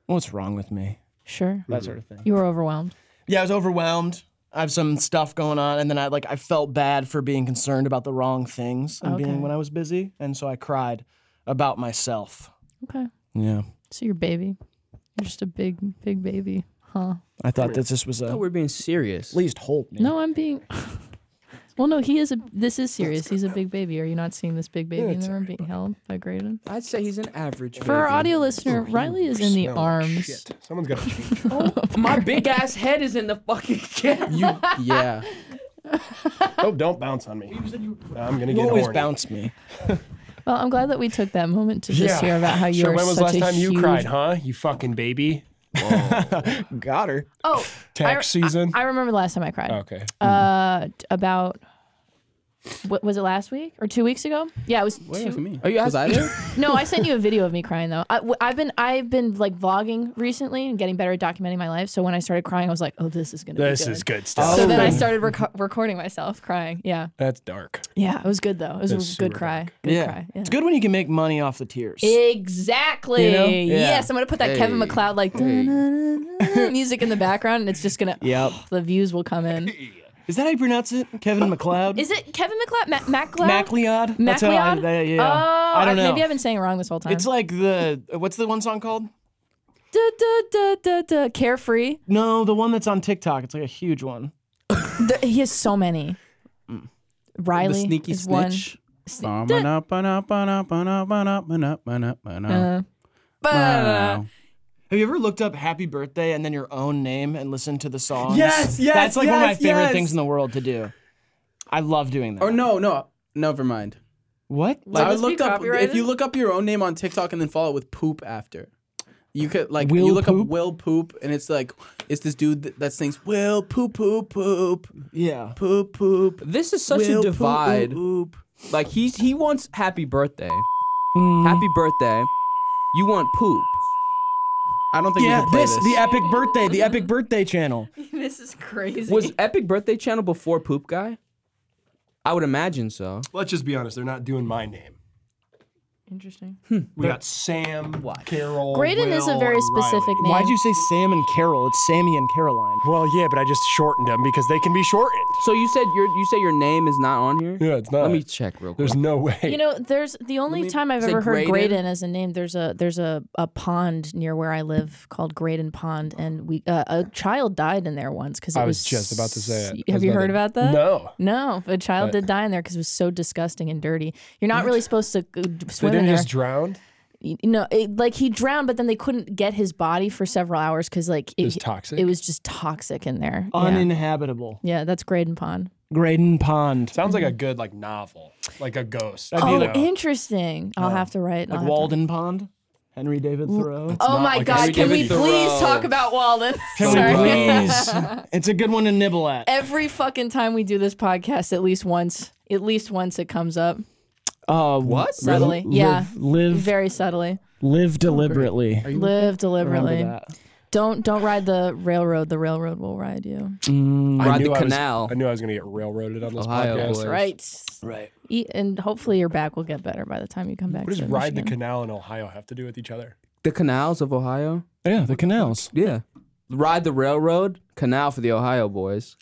"What's wrong with me?" Sure. That sort of thing. You were overwhelmed. Yeah, I was overwhelmed. I have some stuff going on, and then I like I felt bad for being concerned about the wrong things and Okay. being when I was busy, and so I cried about myself. Okay. Yeah, So you're a baby. You're just a big, big baby. Huh. I thought that this was a Oh, at we're being serious. least hold me. No, I'm being. Well, no, he is a. This is serious. He's a big baby. Are you not seeing this big baby in the room being held by Graydon? I'd say he's an average. For our audio listener, Riley is in the Oh, Smell like arms. Shit. Someone's got to change. my big ass head is in the fucking camera. You, yeah. oh, don't bounce on me. I'm gonna You get always horny. bounce me. Well, I'm glad that we took that moment to just Yeah. hear about how you Sure, are when was the such last a time huge... you cried, huh? You fucking baby. Got her. Oh, Tax season. I remember the last time I cried. okay. Uh, t- about what was it last week or two weeks ago? Yeah, it was What two. for me? Are you was I asking- there? No, I sent you a video of me crying though. I, have been I've been like vlogging recently and getting better at documenting my life. So when I started crying, I was like, oh, this is gonna This be good. is good stuff. So then I started reco- recording myself crying. Yeah, That's dark. yeah, it was good though. It was That's a good super cry. dark. Good cry. Yeah. It's good when you can make money off the tears. Exactly. You know? Yeah. Yes, I'm gonna put that Kevin Hey. McLeod like Hey. dun-dun-dun-dun music in the background, and it's just gonna. Yep. the views will come in. Is that how you pronounce it? Kevin McLeod? Is it Kevin McLeod? Ma- MacLeod? MacLeod? That's how I, MacLeod? that- yeah. Oh, I don't know. Maybe I've been saying it wrong this whole time. it's like the what's the one song called? Duh, duh, duh, duh, duh. Carefree. No, the one that's on TikTok. It's like a huge one. Th- he has so many. the Riley sneaky is one. snitch. Sn- duh, Ba-na, ba-na, ba-na, ba-na, ba-na, ba-na, ba-na, ba-na, uh, ba- ba-na. Have you ever looked up "Happy Birthday" and then your own name and listened to the songs? Yes, yes, That's like one of my yes, favorite yes. things in the world to do. I love doing that. Or no, no, never mind. what? Will I this be looked up if copyrighted? you look up your own name on TikTok and then follow it with poop after. You could like Will you look Poop? up Will Poop and it's like it's this dude that, that sings Will Poop Poop Poop Yeah. Poop Poop. This is such Will a Poop divide. Poop. Like he's he wants happy birthday. Mm. Happy birthday. You want poop. I don't think Yeah. we can play This this. the epic birthday, the epic birthday channel. this is crazy. Was Epic Birthday Channel before Poop Guy? I would imagine so. Let's just be honest. They're not doing my name. Interesting. We got Sam, Carol. Graydon is a Will, very and specific Riley. name. Why'd you say Sam and Carol? It's Sammy and Caroline. Well, yeah, but I just shortened them because they can be shortened. So you said your you say your name is not on here. Yeah, it's not. Let me check real quick. There's no way. You know, there's the only time I've is it ever heard Graydon? Graydon as a name. There's a there's a, a pond near where I live called Graydon Pond, and we uh, a child died in there once because I was just about to say it. Have There's you nothing- heard about that? No. No, a child did die in there because it was so disgusting and dirty. You're not really supposed to uh, They swim in didn't there. just drown. you know, it, like he drowned, but then they couldn't get his body for several hours because like it, was toxic? It was just toxic in there. yeah. Uninhabitable. yeah, that's Graydon Pond. Graydon Pond. Sounds like a good like novel, like a ghost. Mm-hmm. Oh, That'd be like, interesting. Uh, I'll have to write. I'll like have to- Walden Pond. Henry David Thoreau. Oh my like God! a Can we David please Thoreau. talk about Walden? Can Sorry. we please? it's a good one to nibble at. Every fucking time we do this podcast, at least once, at least once it comes up Uh, what? subtly. Yeah, Live, very subtly. live deliberately. Live Remember deliberately. that. Don't don't ride the railroad. The railroad will ride you. Ride the I was- canal. I knew I was going to get railroaded on this Ohio podcast. boys. Right. Right. Eat, and hopefully your back will get better by the time you come back. What does to ride the Michigan. canal in Ohio have to do with each other? The canals of Ohio. Yeah, the canals. Yeah. Ride the railroad canal for the Ohio boys.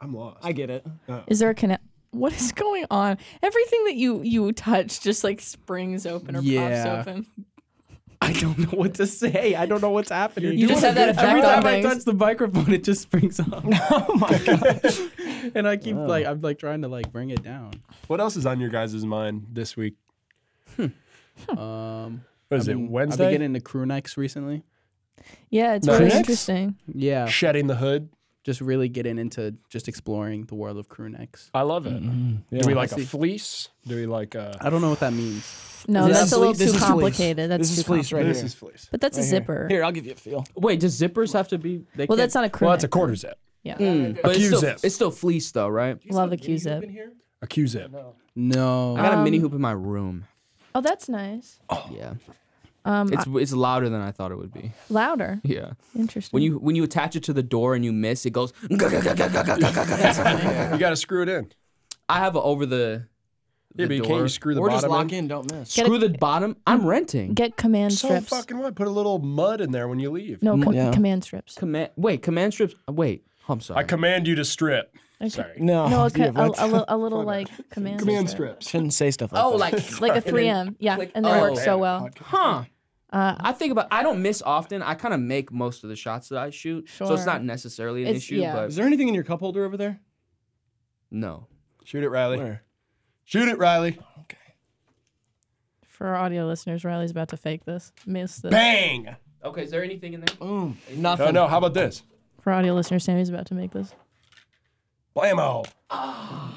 I'm lost. I get it. Is there a canal? What is going on? Everything that you you touch just like springs open or Yeah. pops open. I don't know what to say. I don't know what's happening. You just have that effect Every on time I things. touch the microphone, it just springs up. oh my gosh. and I Oh. keep like I'm like trying to like bring it down. What else is on your guys' mind this week? Hmm. Um What is I've been- it, I've Wednesday? been getting into crew necks recently. Yeah, it's Nice. really Phoenix? interesting. Yeah. Shedding the hood. Just really getting into just exploring the world of crew necks. I love it. Do we like a see. fleece? Do we like a. I don't know what that means. No, This that's is a little fleece- this too is fleece. complicated. That's This is too fleece right complicated. here. This is fleece. But that's a Right zipper. Here, I'll give you a feel. Wait, does zippers have to be? They Well, can't- that's not a crew. Well, it's a neck. quarter zip. Yeah, But it's Q still, zip. it's still fleece though, right? love a Q zip. A Q zip. No. I got a Um, mini hoop in my room. Oh, that's nice. Yeah. Um, It's it's louder than I thought it would be. louder. Yeah. Interesting. When you when you attach it to the door and you miss, it goes. You got to screw it in. I have a over the. Yeah, the but you door. can't you screw the Or just bottom lock in? in, don't miss. Get Screw it- the bottom. I'm renting. get command So strips. fucking what? Put a little mud in there when you leave. no, com- yeah. command strips. command. Wait, command strips. Wait. Oh, I'm sorry. I command you to strip. Okay. Sorry. No, No, a, co- Oh, yeah, a, that's- a, li- a little like command, Command strip. strips. shouldn't say stuff like oh, that. like Like a 3M. Yeah, click- and that oh. works so well. huh? Uh, I think about. I don't miss often. I kind of make most of the shots that I shoot, so Sure. it's not necessarily an It's- issue. yeah. Is But there anything in your cup holder over there? no. Shoot it, Riley. Where? Shoot it, Riley. For our audio listeners, Riley's about to fake this. Miss this. Bang. Okay. Is there anything in there? Boom. No, Nothing. no. How about this? For audio listeners, Sammy's about to make this. Blammo.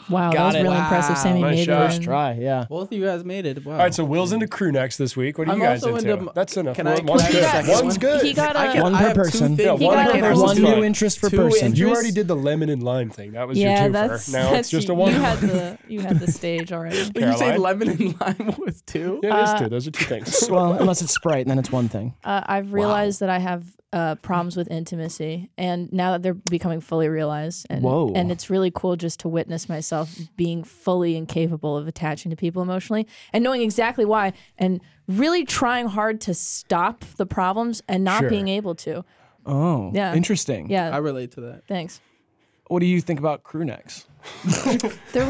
Wow, that was it. really impressive. Sammy Nice made shot. that. First in- Try, yeah. Both of you guys made it. Wow. All right, so Will's into crew necks this week. What are you I'm guys also into? into- That's enough. Can I- One's Well, he good. got- One's good. He got I a. can, One I per have two person. things. Yeah, He one got per a- person's One fine. new interest per Two person. interests. you already did the lemon and lime thing. That was yeah, your twofer. that's now that's it's just a you one. had the you had the stage already. Did you say Caroline? lemon and lime was two? Yeah, it is two. Those are two things. well, unless it's Sprite, then it's one thing. Uh, I've realized that I have uh, problems with intimacy, and now that they're becoming fully realized, and Whoa. and it's really cool just to witness myself being fully incapable of attaching to people emotionally, and knowing exactly why, and really trying hard to stop the problems and not Sure. being able to. Oh, Yeah. Interesting. Yeah, I relate to that. thanks. What do you think about crew necks? They're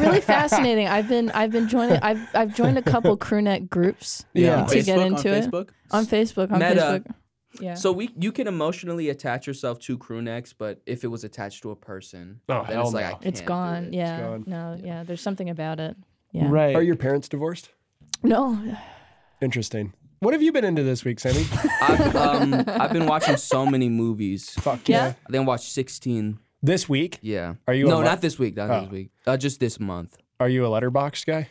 really fascinating. I've been I've been joining I've I've joined a couple crew neck groups. Yeah. to get Facebook, into on it Facebook. on Facebook on Meta. Facebook. Yeah. So we you can emotionally attach yourself to crew necks, but if it was attached to a person, Oh, then hell it's like no. I It's can't it's do gone. it. Yeah. gone. No. Yeah. There's something about it. Yeah. Right. Are your parents divorced? No. Interesting. What have you been into this week, Sammy? I've, um, I've been watching so many movies. Fuck Yeah. I think I watched 16. This week? Yeah. Are you a No, mo- not this week. Not this week. Uh, just this month. Are you a letterbox guy?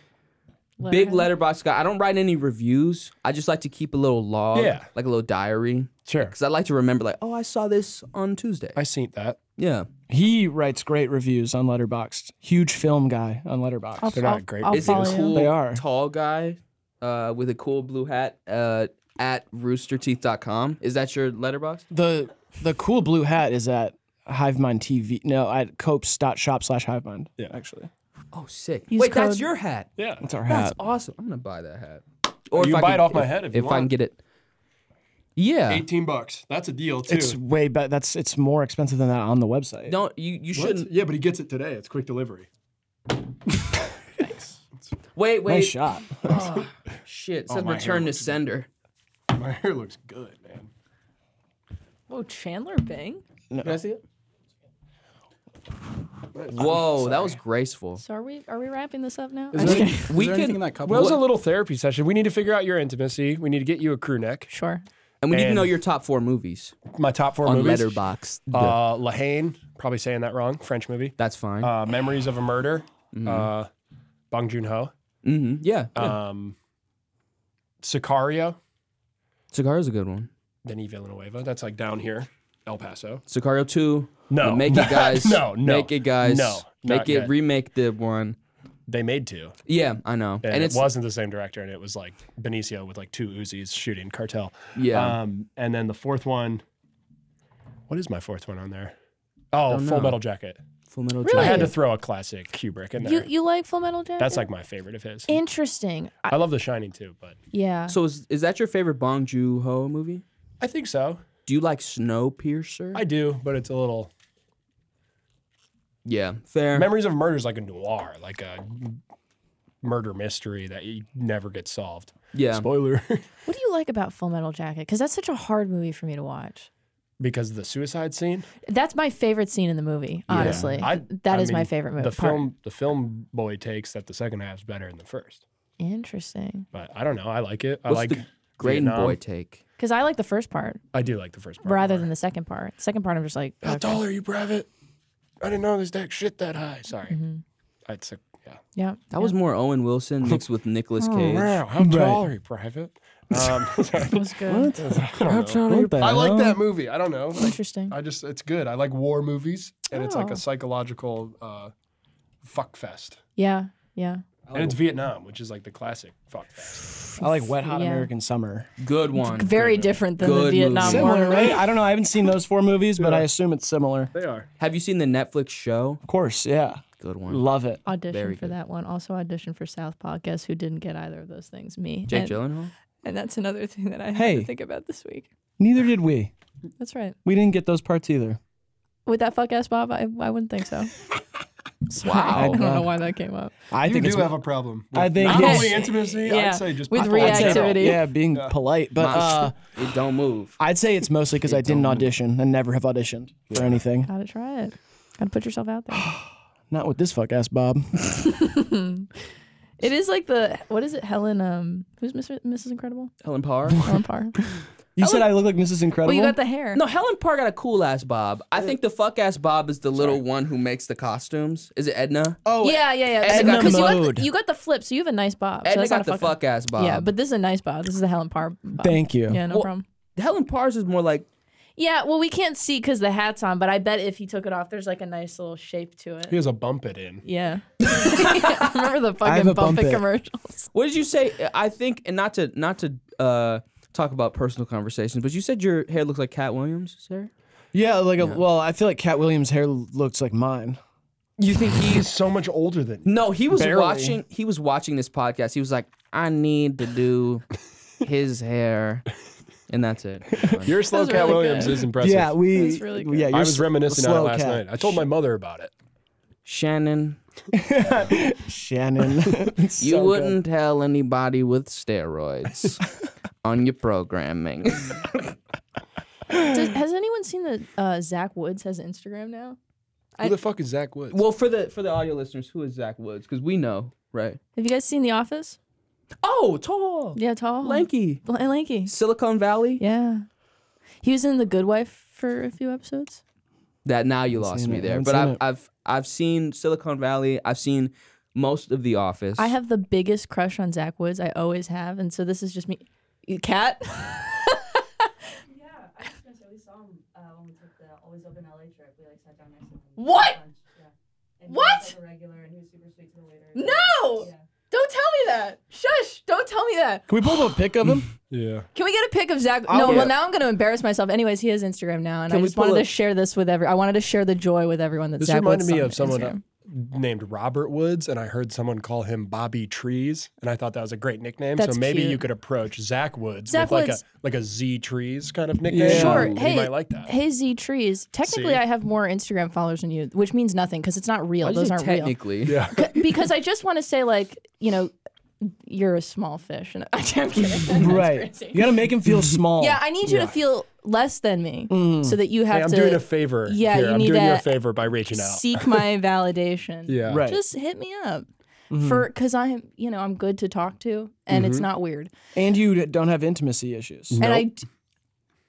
Big letterbox guy. I don't write any reviews. I just like to keep a little log, Yeah. like a little diary, Sure. because I like to remember. Like, oh, I saw this on Tuesday. I seen that. yeah. He writes great reviews on Letterboxd. Huge film guy on Letterboxd. I'll, They're not great. I'll I'll Is it follow cool? They are. Tall guy, uh, with a cool blue hat. Uh, at roosterteeth.com. Is that your letterbox? the the cool blue hat is at Hivemind TV. No, at copes.shop slash Hivemind. Yeah, actually. Oh, sick. Use Wait, code- that's your hat. Yeah. It's our That's hat. awesome. I'm gonna buy that hat. Or You I buy it can- off my head if you I can want. get it. Yeah. 18 bucks. That's a deal too. It's way better. That's it's more expensive than that on the website. Don't you? What? You shouldn't. Yeah, but he gets it today. It's quick delivery. Wait, nice wait. shot. Shit. It Oh, says my hair return to looks good. sender. My hair looks good, man. Whoa, Oh, Chandler Bing? Can I see it? Whoa, that was graceful. So are we are we wrapping this up now? Is I- there, any- we is there can- anything in that cup? Well, it was a little therapy session. We need to figure out your intimacy. We need to get you a crew neck. sure. And we need to And- know your top four movies My top four on movies. Letterboxd. Uh, La Haine, probably saying that wrong. French movie. That's fine. Uh, Memories of a Murder. Mm-hmm. Uh, Bong Joon Ho. hmm Yeah. yeah. Um, Sicario. Sicario's a good one. Denis Villanueva. That's like down here, El Paso. Sicario two. No. the Make it guys. No, no, Make it guys. no, not Make it yet. remake the one. They made two, Yeah, I know. and, And, it's it wasn't the same director, and it was like Benicio with like two Uzis shooting cartel. yeah. Um, and then the fourth one. What is my fourth one on there? Oh, Full know. Metal Jacket. Full Metal Really? I had to Jacket. throw a classic Kubrick in there. You you like Full Metal Jacket? That's like my favorite of his. interesting. I, I love The Shining too, but yeah. So is, is that your favorite Bong Joon Ho movie? I think so. Do you like Snowpiercer? I do, but it's a little. yeah, fair. Memories of Murder is like a noir, like a murder mystery that you never gets solved. yeah, Spoiler. what do you like about Full Metal Jacket? Because that's such a hard movie for me to watch. because of the suicide scene. That's my favorite scene in the movie. Honestly, I- That is I my mean, favorite movie. The part. film, the film boy takes that the second half's better than the first. Interesting. But I don't know. I like it. I What's like. the Graydon Vietnam. Boy take? Because I like the first part I do like the first part rather more. than the second part. Second part, I'm just like, How okay. tall are you, Private? I didn't know this deck shit that high. Sorry. Mm-hmm. It's a, yeah. yeah. That was more Owen Wilson mixed with Oh, Nicolas Cage. How tall are you, Private? Um, That was good. What the I like hell? that movie. I don't know. I- Interesting. I just it's good. I like war movies, and it's like Oh. a psychological uh, fuck fest. Yeah. Yeah. Oh. And it's Vietnam, which is like the classic fuck fest. I like Wet Hot Yeah. American Summer. Good one. Very different than the Good Vietnam movie. War. Similar, movie. right? I don't know. I haven't seen those four movies, but I assume it's similar. They are. Have you seen the Netflix show? Of course, yeah. Good one. Love it. Audition Very for good. that one. Also audition for Southpaw. Guess who didn't get either of those things? Me. Jake and, Gyllenhaal. and that's another thing that I have Hey. to think about this week. Neither did we. That's right. We didn't get those parts either. With that fuck ass Bob, I, I wouldn't think so. Sorry. I Wow. don't know why that came up. I You think do it's have a problem. With I think not it's- only intimacy. Oh. Yeah. I'd say just With people in react- general. reactivity. Yeah, being polite, but uh, it don't move. I'd say it's mostly because I didn't audition and never have auditioned for anything. Gotta try it. Gotta put yourself out there. Not with this fuck ass Bob. It is like the what is it? Helen. Um, who's Miss, Mrs. Incredible? Helen Parr. Helen Parr. You said I look like Mrs. Oh, well, Incredible. you got the hair. No, Helen Parr got a cool ass Bob. I think the fuck ass Bob is the little one who makes the costumes. Is it Edna? oh, Yeah, yeah, yeah. Edna Because you, got Mode. the- you got the flip, so you have a nice bob. so Edna that's got not a the fuck ass Bob. Yeah, but this is a nice bob. This is the Helen Parr. Bob. thank you. Yeah, no Well- problem. Helen Parr's is more like Yeah, well, we can't see because the hat's on, but I bet if he took it off, there's like a nice little shape to He it. has a bump it in. Yeah. I remember the have fucking a bump bump it it. commercials. what did you say? I think, and not to not to uh, talk about personal conversations, but you said your hair looks like Cat Williams, Sarah. Yeah, like a, well, I feel like Cat Williams' hair l- looks like mine. You think he's so much older than No, he was Barely. watching. He was watching this podcast. He was like, "I need to do his hair," and that's it. Your slow was Cat really Williams good. is impressive. Yeah, we. That's really good. Yeah, I you're was s- reminiscing on it slow last cat. night. I told my mother about it. Shannon, Shannon. It's you so good. wouldn't tell anybody with steroids on your programming. Does, has anyone seen that uh, Zach Woods has an Instagram now? Who the fuck is Zach Woods? well, for the for the audio listeners, who is Zach Woods? Because we know, right? Have you guys seen The Office? Oh, tall, Yeah, tall, lanky, L- and lanky. Silicon Valley. Yeah, he was in The Good Wife for a few episodes. That now you lost seen me it. there. Haven't But seen I've, it. I've I've seen Silicon Valley. I've seen most of The Office. I have the biggest crush on Zach Woods. I always have, and so this is just me. Cat. Yeah, I actually we saw him uh, when we took the Always Open LA trip. We like sat down next to him. and What? had lunch, Yeah. And he was, What? like, a regular, and he was super sweet to the waiter. No! Yeah. Don't tell me that. Shush! Don't tell me that. Can we pull up a pic of him? yeah. Can we get a pic of Zach? no. Well, now I'm going to embarrass myself. Anyways, he has Instagram now, and Can I we just pull wanted up- to share this with every. I wanted to share the joy with everyone that This Zach reminded Woods me on of someone Instagram. named Robert Woods, and I heard someone call him Bobby Trees, and I thought that was a great nickname. That's so maybe cute. you could approach Zach Woods Zach with Woods. like a like a Z Trees kind of nickname. Yeah. Sure. He Hey, might like that. Hey Z trees. Technically, See? I have more Instagram followers than you, which means nothing because it's not real. Why'd you Those say aren't real. technically. Yeah. because I just want to say, like, you know, you're a small fish, and I'm kidding. That's right. crazy. You gotta make him feel small. Yeah, I need you to feel less than me, so that you Mm. have Hey, I'm to doing a favor. Yeah, here. you I'm need doing you a to favor by reaching out. seek my validation. yeah. Right. just hit me up for because I'm, you know, I'm good to talk to, and it's not weird. And you d- don't have intimacy issues. And I, d-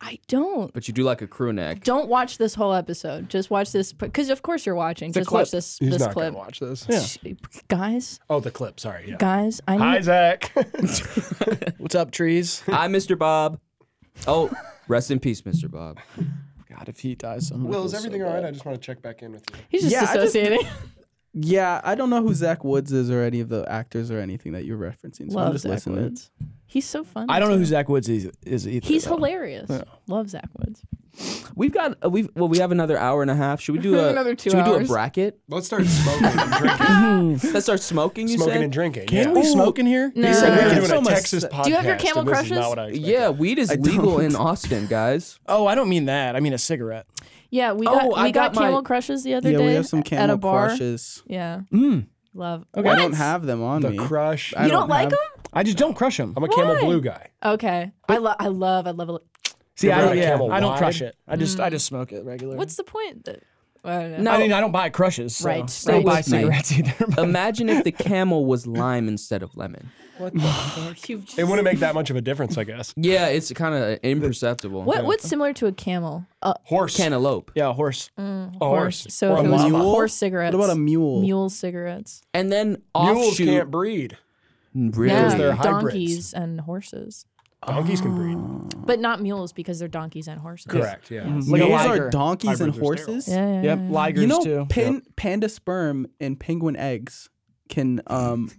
I don't. But you do like a crew neck. Don't watch this whole episode. Just watch this because, of course, you're watching. Just watch clip. this He's this not clip, gonna watch this. guys. Oh, the clip. Sorry. Yeah. Guys, I need Hi, Zach. What's up, trees? Hi, Mr. Bob. Oh, rest in peace, Mr. Bob. God, if he dies, I'm gonna Will, feel is so everything bad. all right? I just want to check back in with you. he's just Yeah, I just- associating. Yeah, I don't know who Zach Woods is or any of the actors or anything that you're referencing. So I'm Love just Zach listening. Woods. He's so funny. I don't know too. who Zach Woods is, is either. He's though. hilarious. Love Zach Woods. We've got uh, we've well we have another hour and a half. Should we do a Another two Should we do a hours. bracket? Let's start smoking and drinking. Let's start smoking. You Smoking said. and drinking. Can yeah. we smoke in here? No. He Said said we we were Uh, can doing so a much. Texas podcast. Do you have your Camel and this is Crushes? not what I expected. yeah, weed is legal in Austin, guys. Oh, I don't mean that. I mean a cigarette. Yeah, we got Oh, I we got, got my- camel crushes the other Yeah, day we have some at a Camel bar. Crushes. Yeah, love. I What? don't have them on The me. crush. I you don't, like have- them? I just don't crush him. I'm a camel Why? blue guy. Okay, I love I love I love. it. See, Ever I, had a yeah, Camel I don't Wide? crush it. I just, I just smoke it regularly. What's the point? That, I don't know. No. I mean, I don't buy crushes. So Right, I right. don't buy With me. cigarettes either. but- Imagine if the camel was lime instead of lemon. You've just- It wouldn't make that much of a difference, I guess. Yeah, it's kind of imperceptible. what what's similar to a camel? A Horse. Cantaloupe. yeah, a horse. Mm. horse. So Or a if it was llama. horse cigarettes. What about a mule? Mule cigarettes. And then Mules offshoot. can't breed. Really? Yeah, they're hybrids. donkeys and horses, Donkeys can breed. but not mules because they're donkeys and horses. Correct. Yeah. Like a Mules are liger. donkeys and Hybrids are sterile. horses. Yeah. yeah, Yep, yeah. ligers You know, too. pan, panda sperm and penguin eggs can um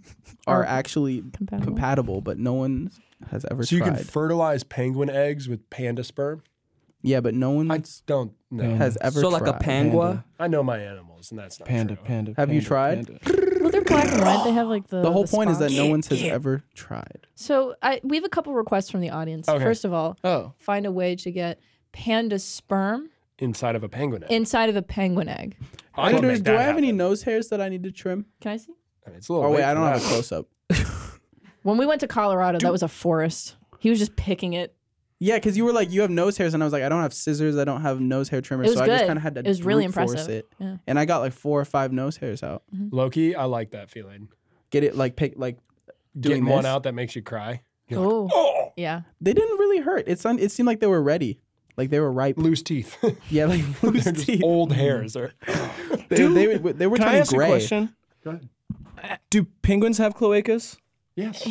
are actually Oh. Compatible. compatible. but no one has ever So you tried. can fertilize penguin eggs with panda sperm? yeah, but no one I don't know. has ever. So like a tried. pangua. I know my animals, and that's not Panda, true. panda. Have you panda, tried? panda. Well, they're black and white. They have like Oh, the The whole point is that spots. no one has ever tried. So I, we have a couple requests from the audience. Okay. First of all, Oh, find a way to get panda sperm Inside of a penguin egg. inside of a penguin egg. I don't do I have any nose hairs that I need to trim? Can I see? I mean, it's a little Oh wait, late I for don't that. have a close up. When we went to Colorado, that was a forest. He was just picking it. Yeah, because you were like, you have nose hairs, and I was like, I don't have scissors, I don't have nose hair trimmer, It was so I just good. kind of had to. It was really brute force impressive. It. Yeah. And I got like four or five nose hairs out. Loki, I like that feeling. Get it like pick like doing Getting one this. out that makes you cry. You're like, Oh, oh, yeah. They didn't really hurt. It's un- it seemed like they were ready, like they were ripe. loose teeth. Yeah, like loose They're just teeth. old hairs. Or, They, Dude, they, were- they were Can I turning ask gray. a question? Do penguins have cloacas? yes.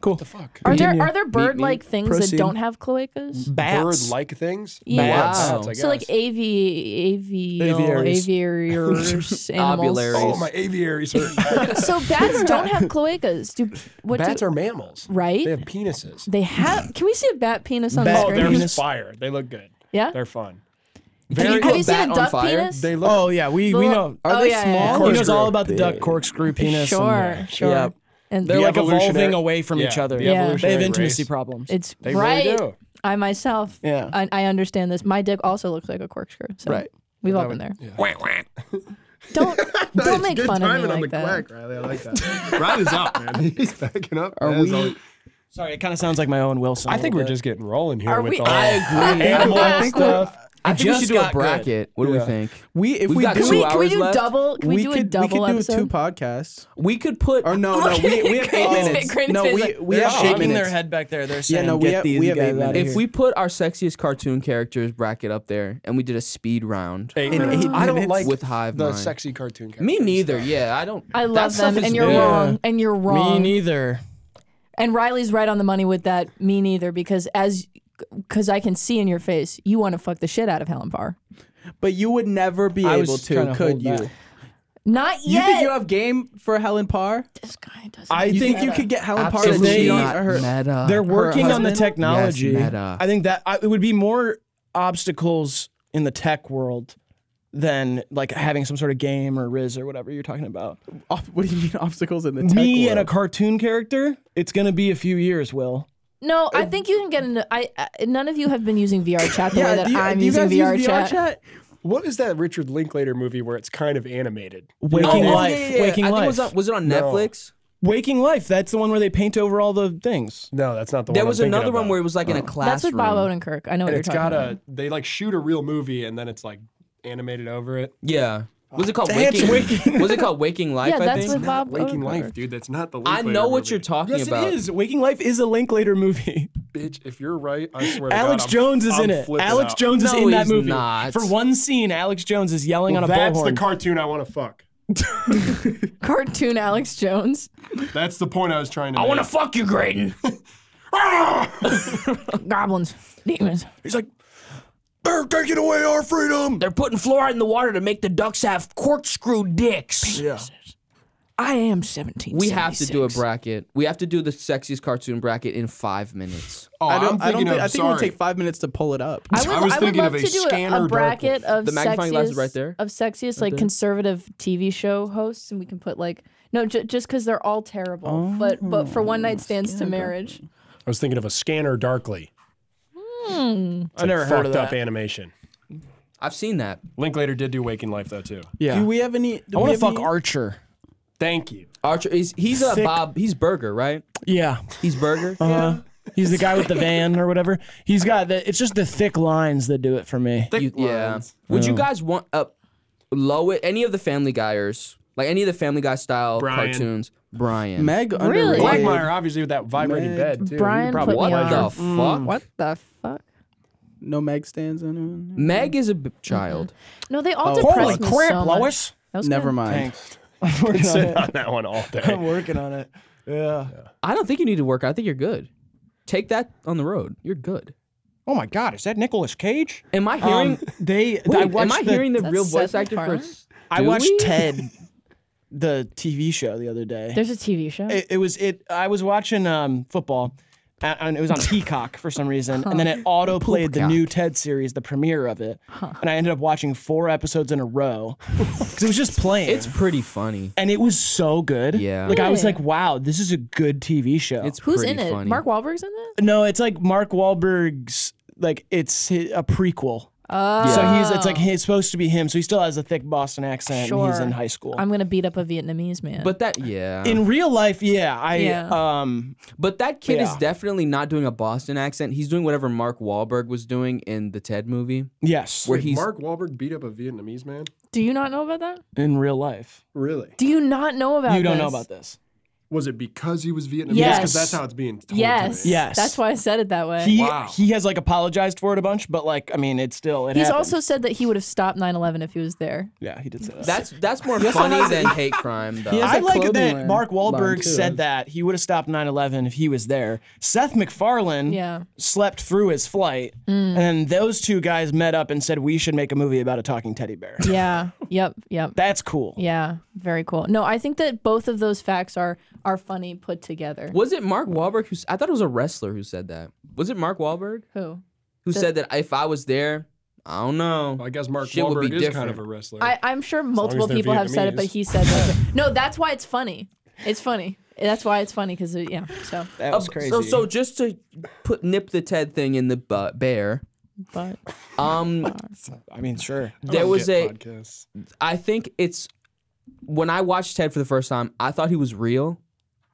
Cool. Fuck. Are there Continue. are there bird like things that Proceed. don't have cloacas? Bats. Bird like things? Yeah. Wow. Bats, I So like guess. avi avial Aviaries. aviaries animals. Ovularies. Oh, my aviaries hurt. So bats don't have cloacas. Do what? Bats do, are mammals. Right? They have penises. they have. Can we see a bat penis on Bat the Oh, screen? they're Penis. fire. They look good. yeah. They're fun. Have you, Very- have you seen Bat a on duck fire? penis? They look. Oh yeah, we, we Well, know. Are oh, they yeah, yeah, yeah. small? He knows Corkscrew. all about the duck corkscrew penis. Sure, and- sure. Yeah. And They're The like evolving evolutionary- away from yeah, each other. the Yeah. They have evolutionary intimacy race. problems. it's They right. really do. I myself, Yeah. I, I understand this. My dick also looks like a corkscrew. So Right. We've all been there. Wah, wah. Don't don't make Good fun of me timing on like the that. quack, Riley. I like that. Riley's up, man. He's backing up. Are as we- always. Sorry, it kind of sounds like my own Wilson. a I think we're little just getting rolling here Are with we- all I agree. animal I think stuff. I It think we just should do got a good. bracket. What do Yeah. we think? We if We've we got do, Can we, Two can we hours do left? double? Can we, do a could, double we could episode? do two podcasts. We could put Or no, no, we, we have Look at eight Graham's minutes. face, Graham's no, face we, like- we bit. have They're eight shaking minutes. their head back there. They're saying, no, we "Get have- these we have guys eight out of minutes. if here." we put our sexiest cartoon characters bracket up there and we did a speed round Eight In minutes. eight I don't minutes. like with Hive the Mind. sexy cartoon characters. Me neither. Yeah, I don't. I that love stuff is them, and you're weird. wrong, and you're me wrong. neither. and Riley's right on the money with that. Me neither, because as because I can see in your face, you want to fuck the shit out of Helen Barr. But you would never be I was able to, tryna could hold you? back. Not You think yet. you have game for Helen Parr? this guy doesn't. I You think think you could get Helen Parr to Absolutely they- cheat on not her? meta. they're working on the husband? technology. Yes, meta. I think that I, it would be more obstacles in the tech world than like having some sort of game or Riz or whatever you're talking about. Ob- what do you mean obstacles in the tech Me and a world? cartoon character, it's gonna be a few years, Will. No, I think you can get into. I, I none of you have been using VR chat the way that Uh, do you- I'm do you using guys VR, use chat. What is that Richard Linklater movie where it's kind of animated? Waking Oh, life. yeah, yeah, yeah. Waking I Think it life. was, on, was it on No. Netflix? Waking life. That's the one where they paint over all the things. No, that's not the There one. was I'm thinking another one about. where it was like in a classroom. That's with Bob Odenkirk. I know And what you're it's talking got about. a they like shoot a real movie and then it's like animated over it. Yeah. Was it called That's Waking? Was it called Waking Life? yeah, I that's think. with Bob Waking Odenkirk. Life, dude. That's not the. I Linklater know what movie. you're talking Yes, about. it is. Waking Life is a Linklater movie. Bitch, if you're right, I swear. to God, Alex I'm- Jones is I'm in it. flipping Alex out. Jones is No, in that he's movie. not. For one scene, Alex Jones is yelling on a That's the bullhorn. cartoon I want to fuck. Cartoon Alex Jones. That's the point I was trying to. I wanna fuck you, Graydon. Goblins. Demons. He's like, they're taking away our freedom. They're putting fluoride in the water to make the ducks have corkscrew dicks. Yeah. I am 17. We have to do a bracket. We have to do the sexiest cartoon bracket in five minutes. Oh, I I am don't, I don't thinking think, of. I think it would sorry. take five minutes to pull it up. I would, I was I would thinking love of a to do scanner a, a darkly. bracket of The magnifying glass is sexiest, right there. of sexiest like conservative TV show hosts, and we can put like no, j- just because they're all terrible. but but for one night stands to marriage, I was thinking of a scanner darkly. I never heard of fucked that. up animation. I've seen that. Linklater did do Waking Life though too. Do we have any? I want to fuck Archer. Thank you. Archer is he's a Bob. He's Burger, right? Yeah. He's Burger. Uh, he's the guy with the van or whatever. He's got the. It's just the thick lines that do it for me. You- yeah. Would you guys want up low any of the Family Guyers, like any of the Family Guy style Brian. cartoons? Brian. Meg Really? underrated. Blackmire, obviously, with that vibrating bed too. He Brian probably put what me pleasure. the on. Mm. fuck? What the fuck? No Meg stands anyone. Meg is a b- child. No, they Oh, all depress Holy me crap, so much. Lois! That was Never good. mind. I'm working on Sit it. on that one all I'm day. working on it. Yeah. I don't think you need to work. out. I think you're good. Take that on the road. You're good. Oh my God! Is that Nicolas Cage? Am I hearing? Um, they. wait, I watched am I the, hearing the That's real voice Seth actor for? MacFarlane? s- I do watched we? Ted, the TV show, the other day. There's a TV show. it, it was it. I was watching um, football, a- and it was on Peacock for some reason, and then it auto played the new Ted series, the premiere of it, and I ended up watching four episodes in a row because it was just playing. It's pretty funny. and it was so good. Yeah. like I was Really? like, wow, this is a good TV show. It's Who's pretty in it? funny. Mark Wahlberg's in that. no, it's like Mark Wahlberg's. Like it's hi- a prequel. Oh, So he's it's like he's supposed to be him. So he still has a thick Boston accent. And he's Sure. in high school. I'm gonna beat up a Vietnamese man. But that yeah. in real life, yeah, I Yeah. um but that kid is Yeah. definitely not doing a Boston accent. He's doing whatever Mark Wahlberg was doing in the Ted movie, yes, where he's Mark Wahlberg beat up a Vietnamese man. do you not know about that? in real life. Really? Do you not know about? you don't know this? about this. Was it because he was Vietnamese? Yes. Because that's how it's being told. Yes. To me. Yes. That's why I said it that way. He Wow. he has like apologized for it a bunch, but like I mean, it's still it He's happened. also said that he would have stopped 9/11 if he was there. yeah he did say that. that's that's more funny than hate crime though. I a like clothing that line- Mark line, Wahlberg too. said that he would have stopped 9/11 if he was there. Seth MacFarlane Yeah. Mm. slept through his flight, and then those two guys met up and said we should make a movie about a talking teddy bear. Yeah. yep. Yep. That's cool. Yeah. Very cool. No, I think that both of those facts are are funny put together. was it Mark Wahlberg who s- I thought it was a wrestler who said that? Was it Mark Wahlberg Who? who said that if I was there, I don't know. Well, I guess Mark Shit would be Wahlberg is kind different. of a wrestler. I, I'm sure multiple they're people have said it, but Vietnamese. he said that. no, that's why it's funny. It's funny. That's why it's funny because yeah. So, That was Uh, crazy. So so just to put nip the Ted thing in the bu- bear. but Um, I mean, sure. there was a. I Podcasts. think it's when I watched Ted for the first time, I thought he was real.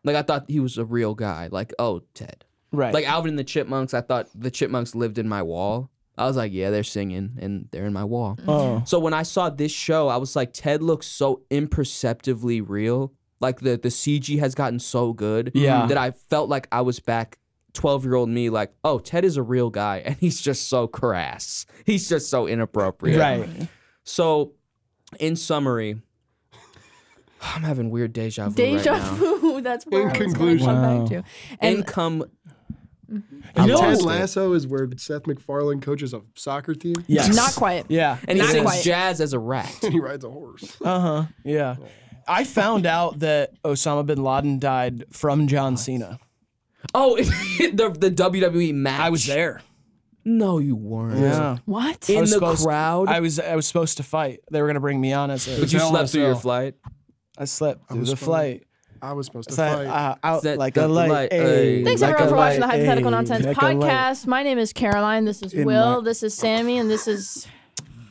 Like I thought he was a real guy. Like oh Ted. Right. Like Alvin and the Chipmunks, I thought the Chipmunks lived in my wall. I was like, yeah, they're singing and they're in my wall. oh. So when I saw this show, I was like, Ted looks so imperceptibly real. Like the the CG has gotten so good Yeah. that I felt like I was back 12 year old me, like, oh, Ted is a real guy and he's just so crass. He's just so inappropriate. Right. So, in summary, I'm having weird deja vu. deja right now. vu. That's where In I was gonna conclusion. come Wow. back to. And Income. You know- Ted lost it. Lasso is where Seth MacFarlane coaches a soccer team. Yes. not quite. Yeah. And he Not sings quite. jazz as a rat. And he rides a horse. Uh huh. Yeah. I found out that Osama bin Laden died from John Cena. Oh, the the WWE match. I was there. No, you weren't. Yeah. What? I In was the supposed- crowd. I was I was supposed to fight. They were gonna bring me on as a. but you as an slept through your LSL. flight. I slept through was the fine. flight. I was supposed to So fight. I, I, out Set like the a light. light, ayy, ayy. Thanks like everyone a for watching the light, Hypothetical ayy, Nonsense like a light. podcast. My name is Caroline. This is In Will. my- This is Sammy, and this is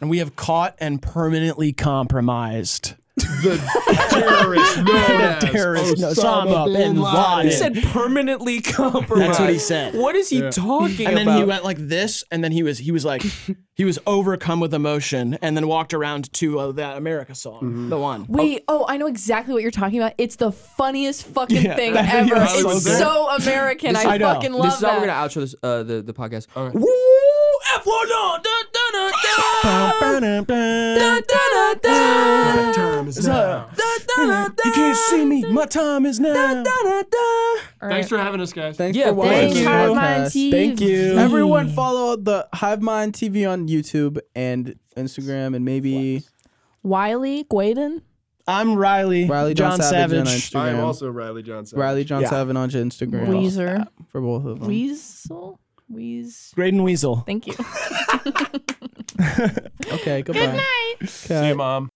And we have caught and permanently compromised uh, the terrorist known as terrorist Osama bin Laden. He said permanently compromised. That's what he said. What is he talking and about? then he went like this, and then he was he was like he was overcome with emotion, and then walked around to uh, that America song, the one. Wait, oh, I know exactly what you're talking about. It's the funniest fucking Yeah, thing that video ever. is so It's good. so American. This- I, I know. fucking this love is how we're that. gonna outro this uh, the the podcast. All right. Woo! oh, F1 dun, dun, dun, dun, dun, dun, dun, dun, My time is now. dun, dun, You can't see me. My time is now. dun, dun. All right. Thanks for having us, guys. Thanks Yeah, for watching. Thanks, Thank you. Hive Mind TV. Thank you. Everyone follow the Hive Mind TV on YouTube and Instagram and maybe Wiley Guaden. I'm Riley. Riley John, Savage. on I am Instagram. also Riley Johnson. Riley John Yeah. Savage on Instagram. Weezer. For both of them. Weasel. Weez. Graydon Weasel. Thank you. Okay, goodbye. See you, mom.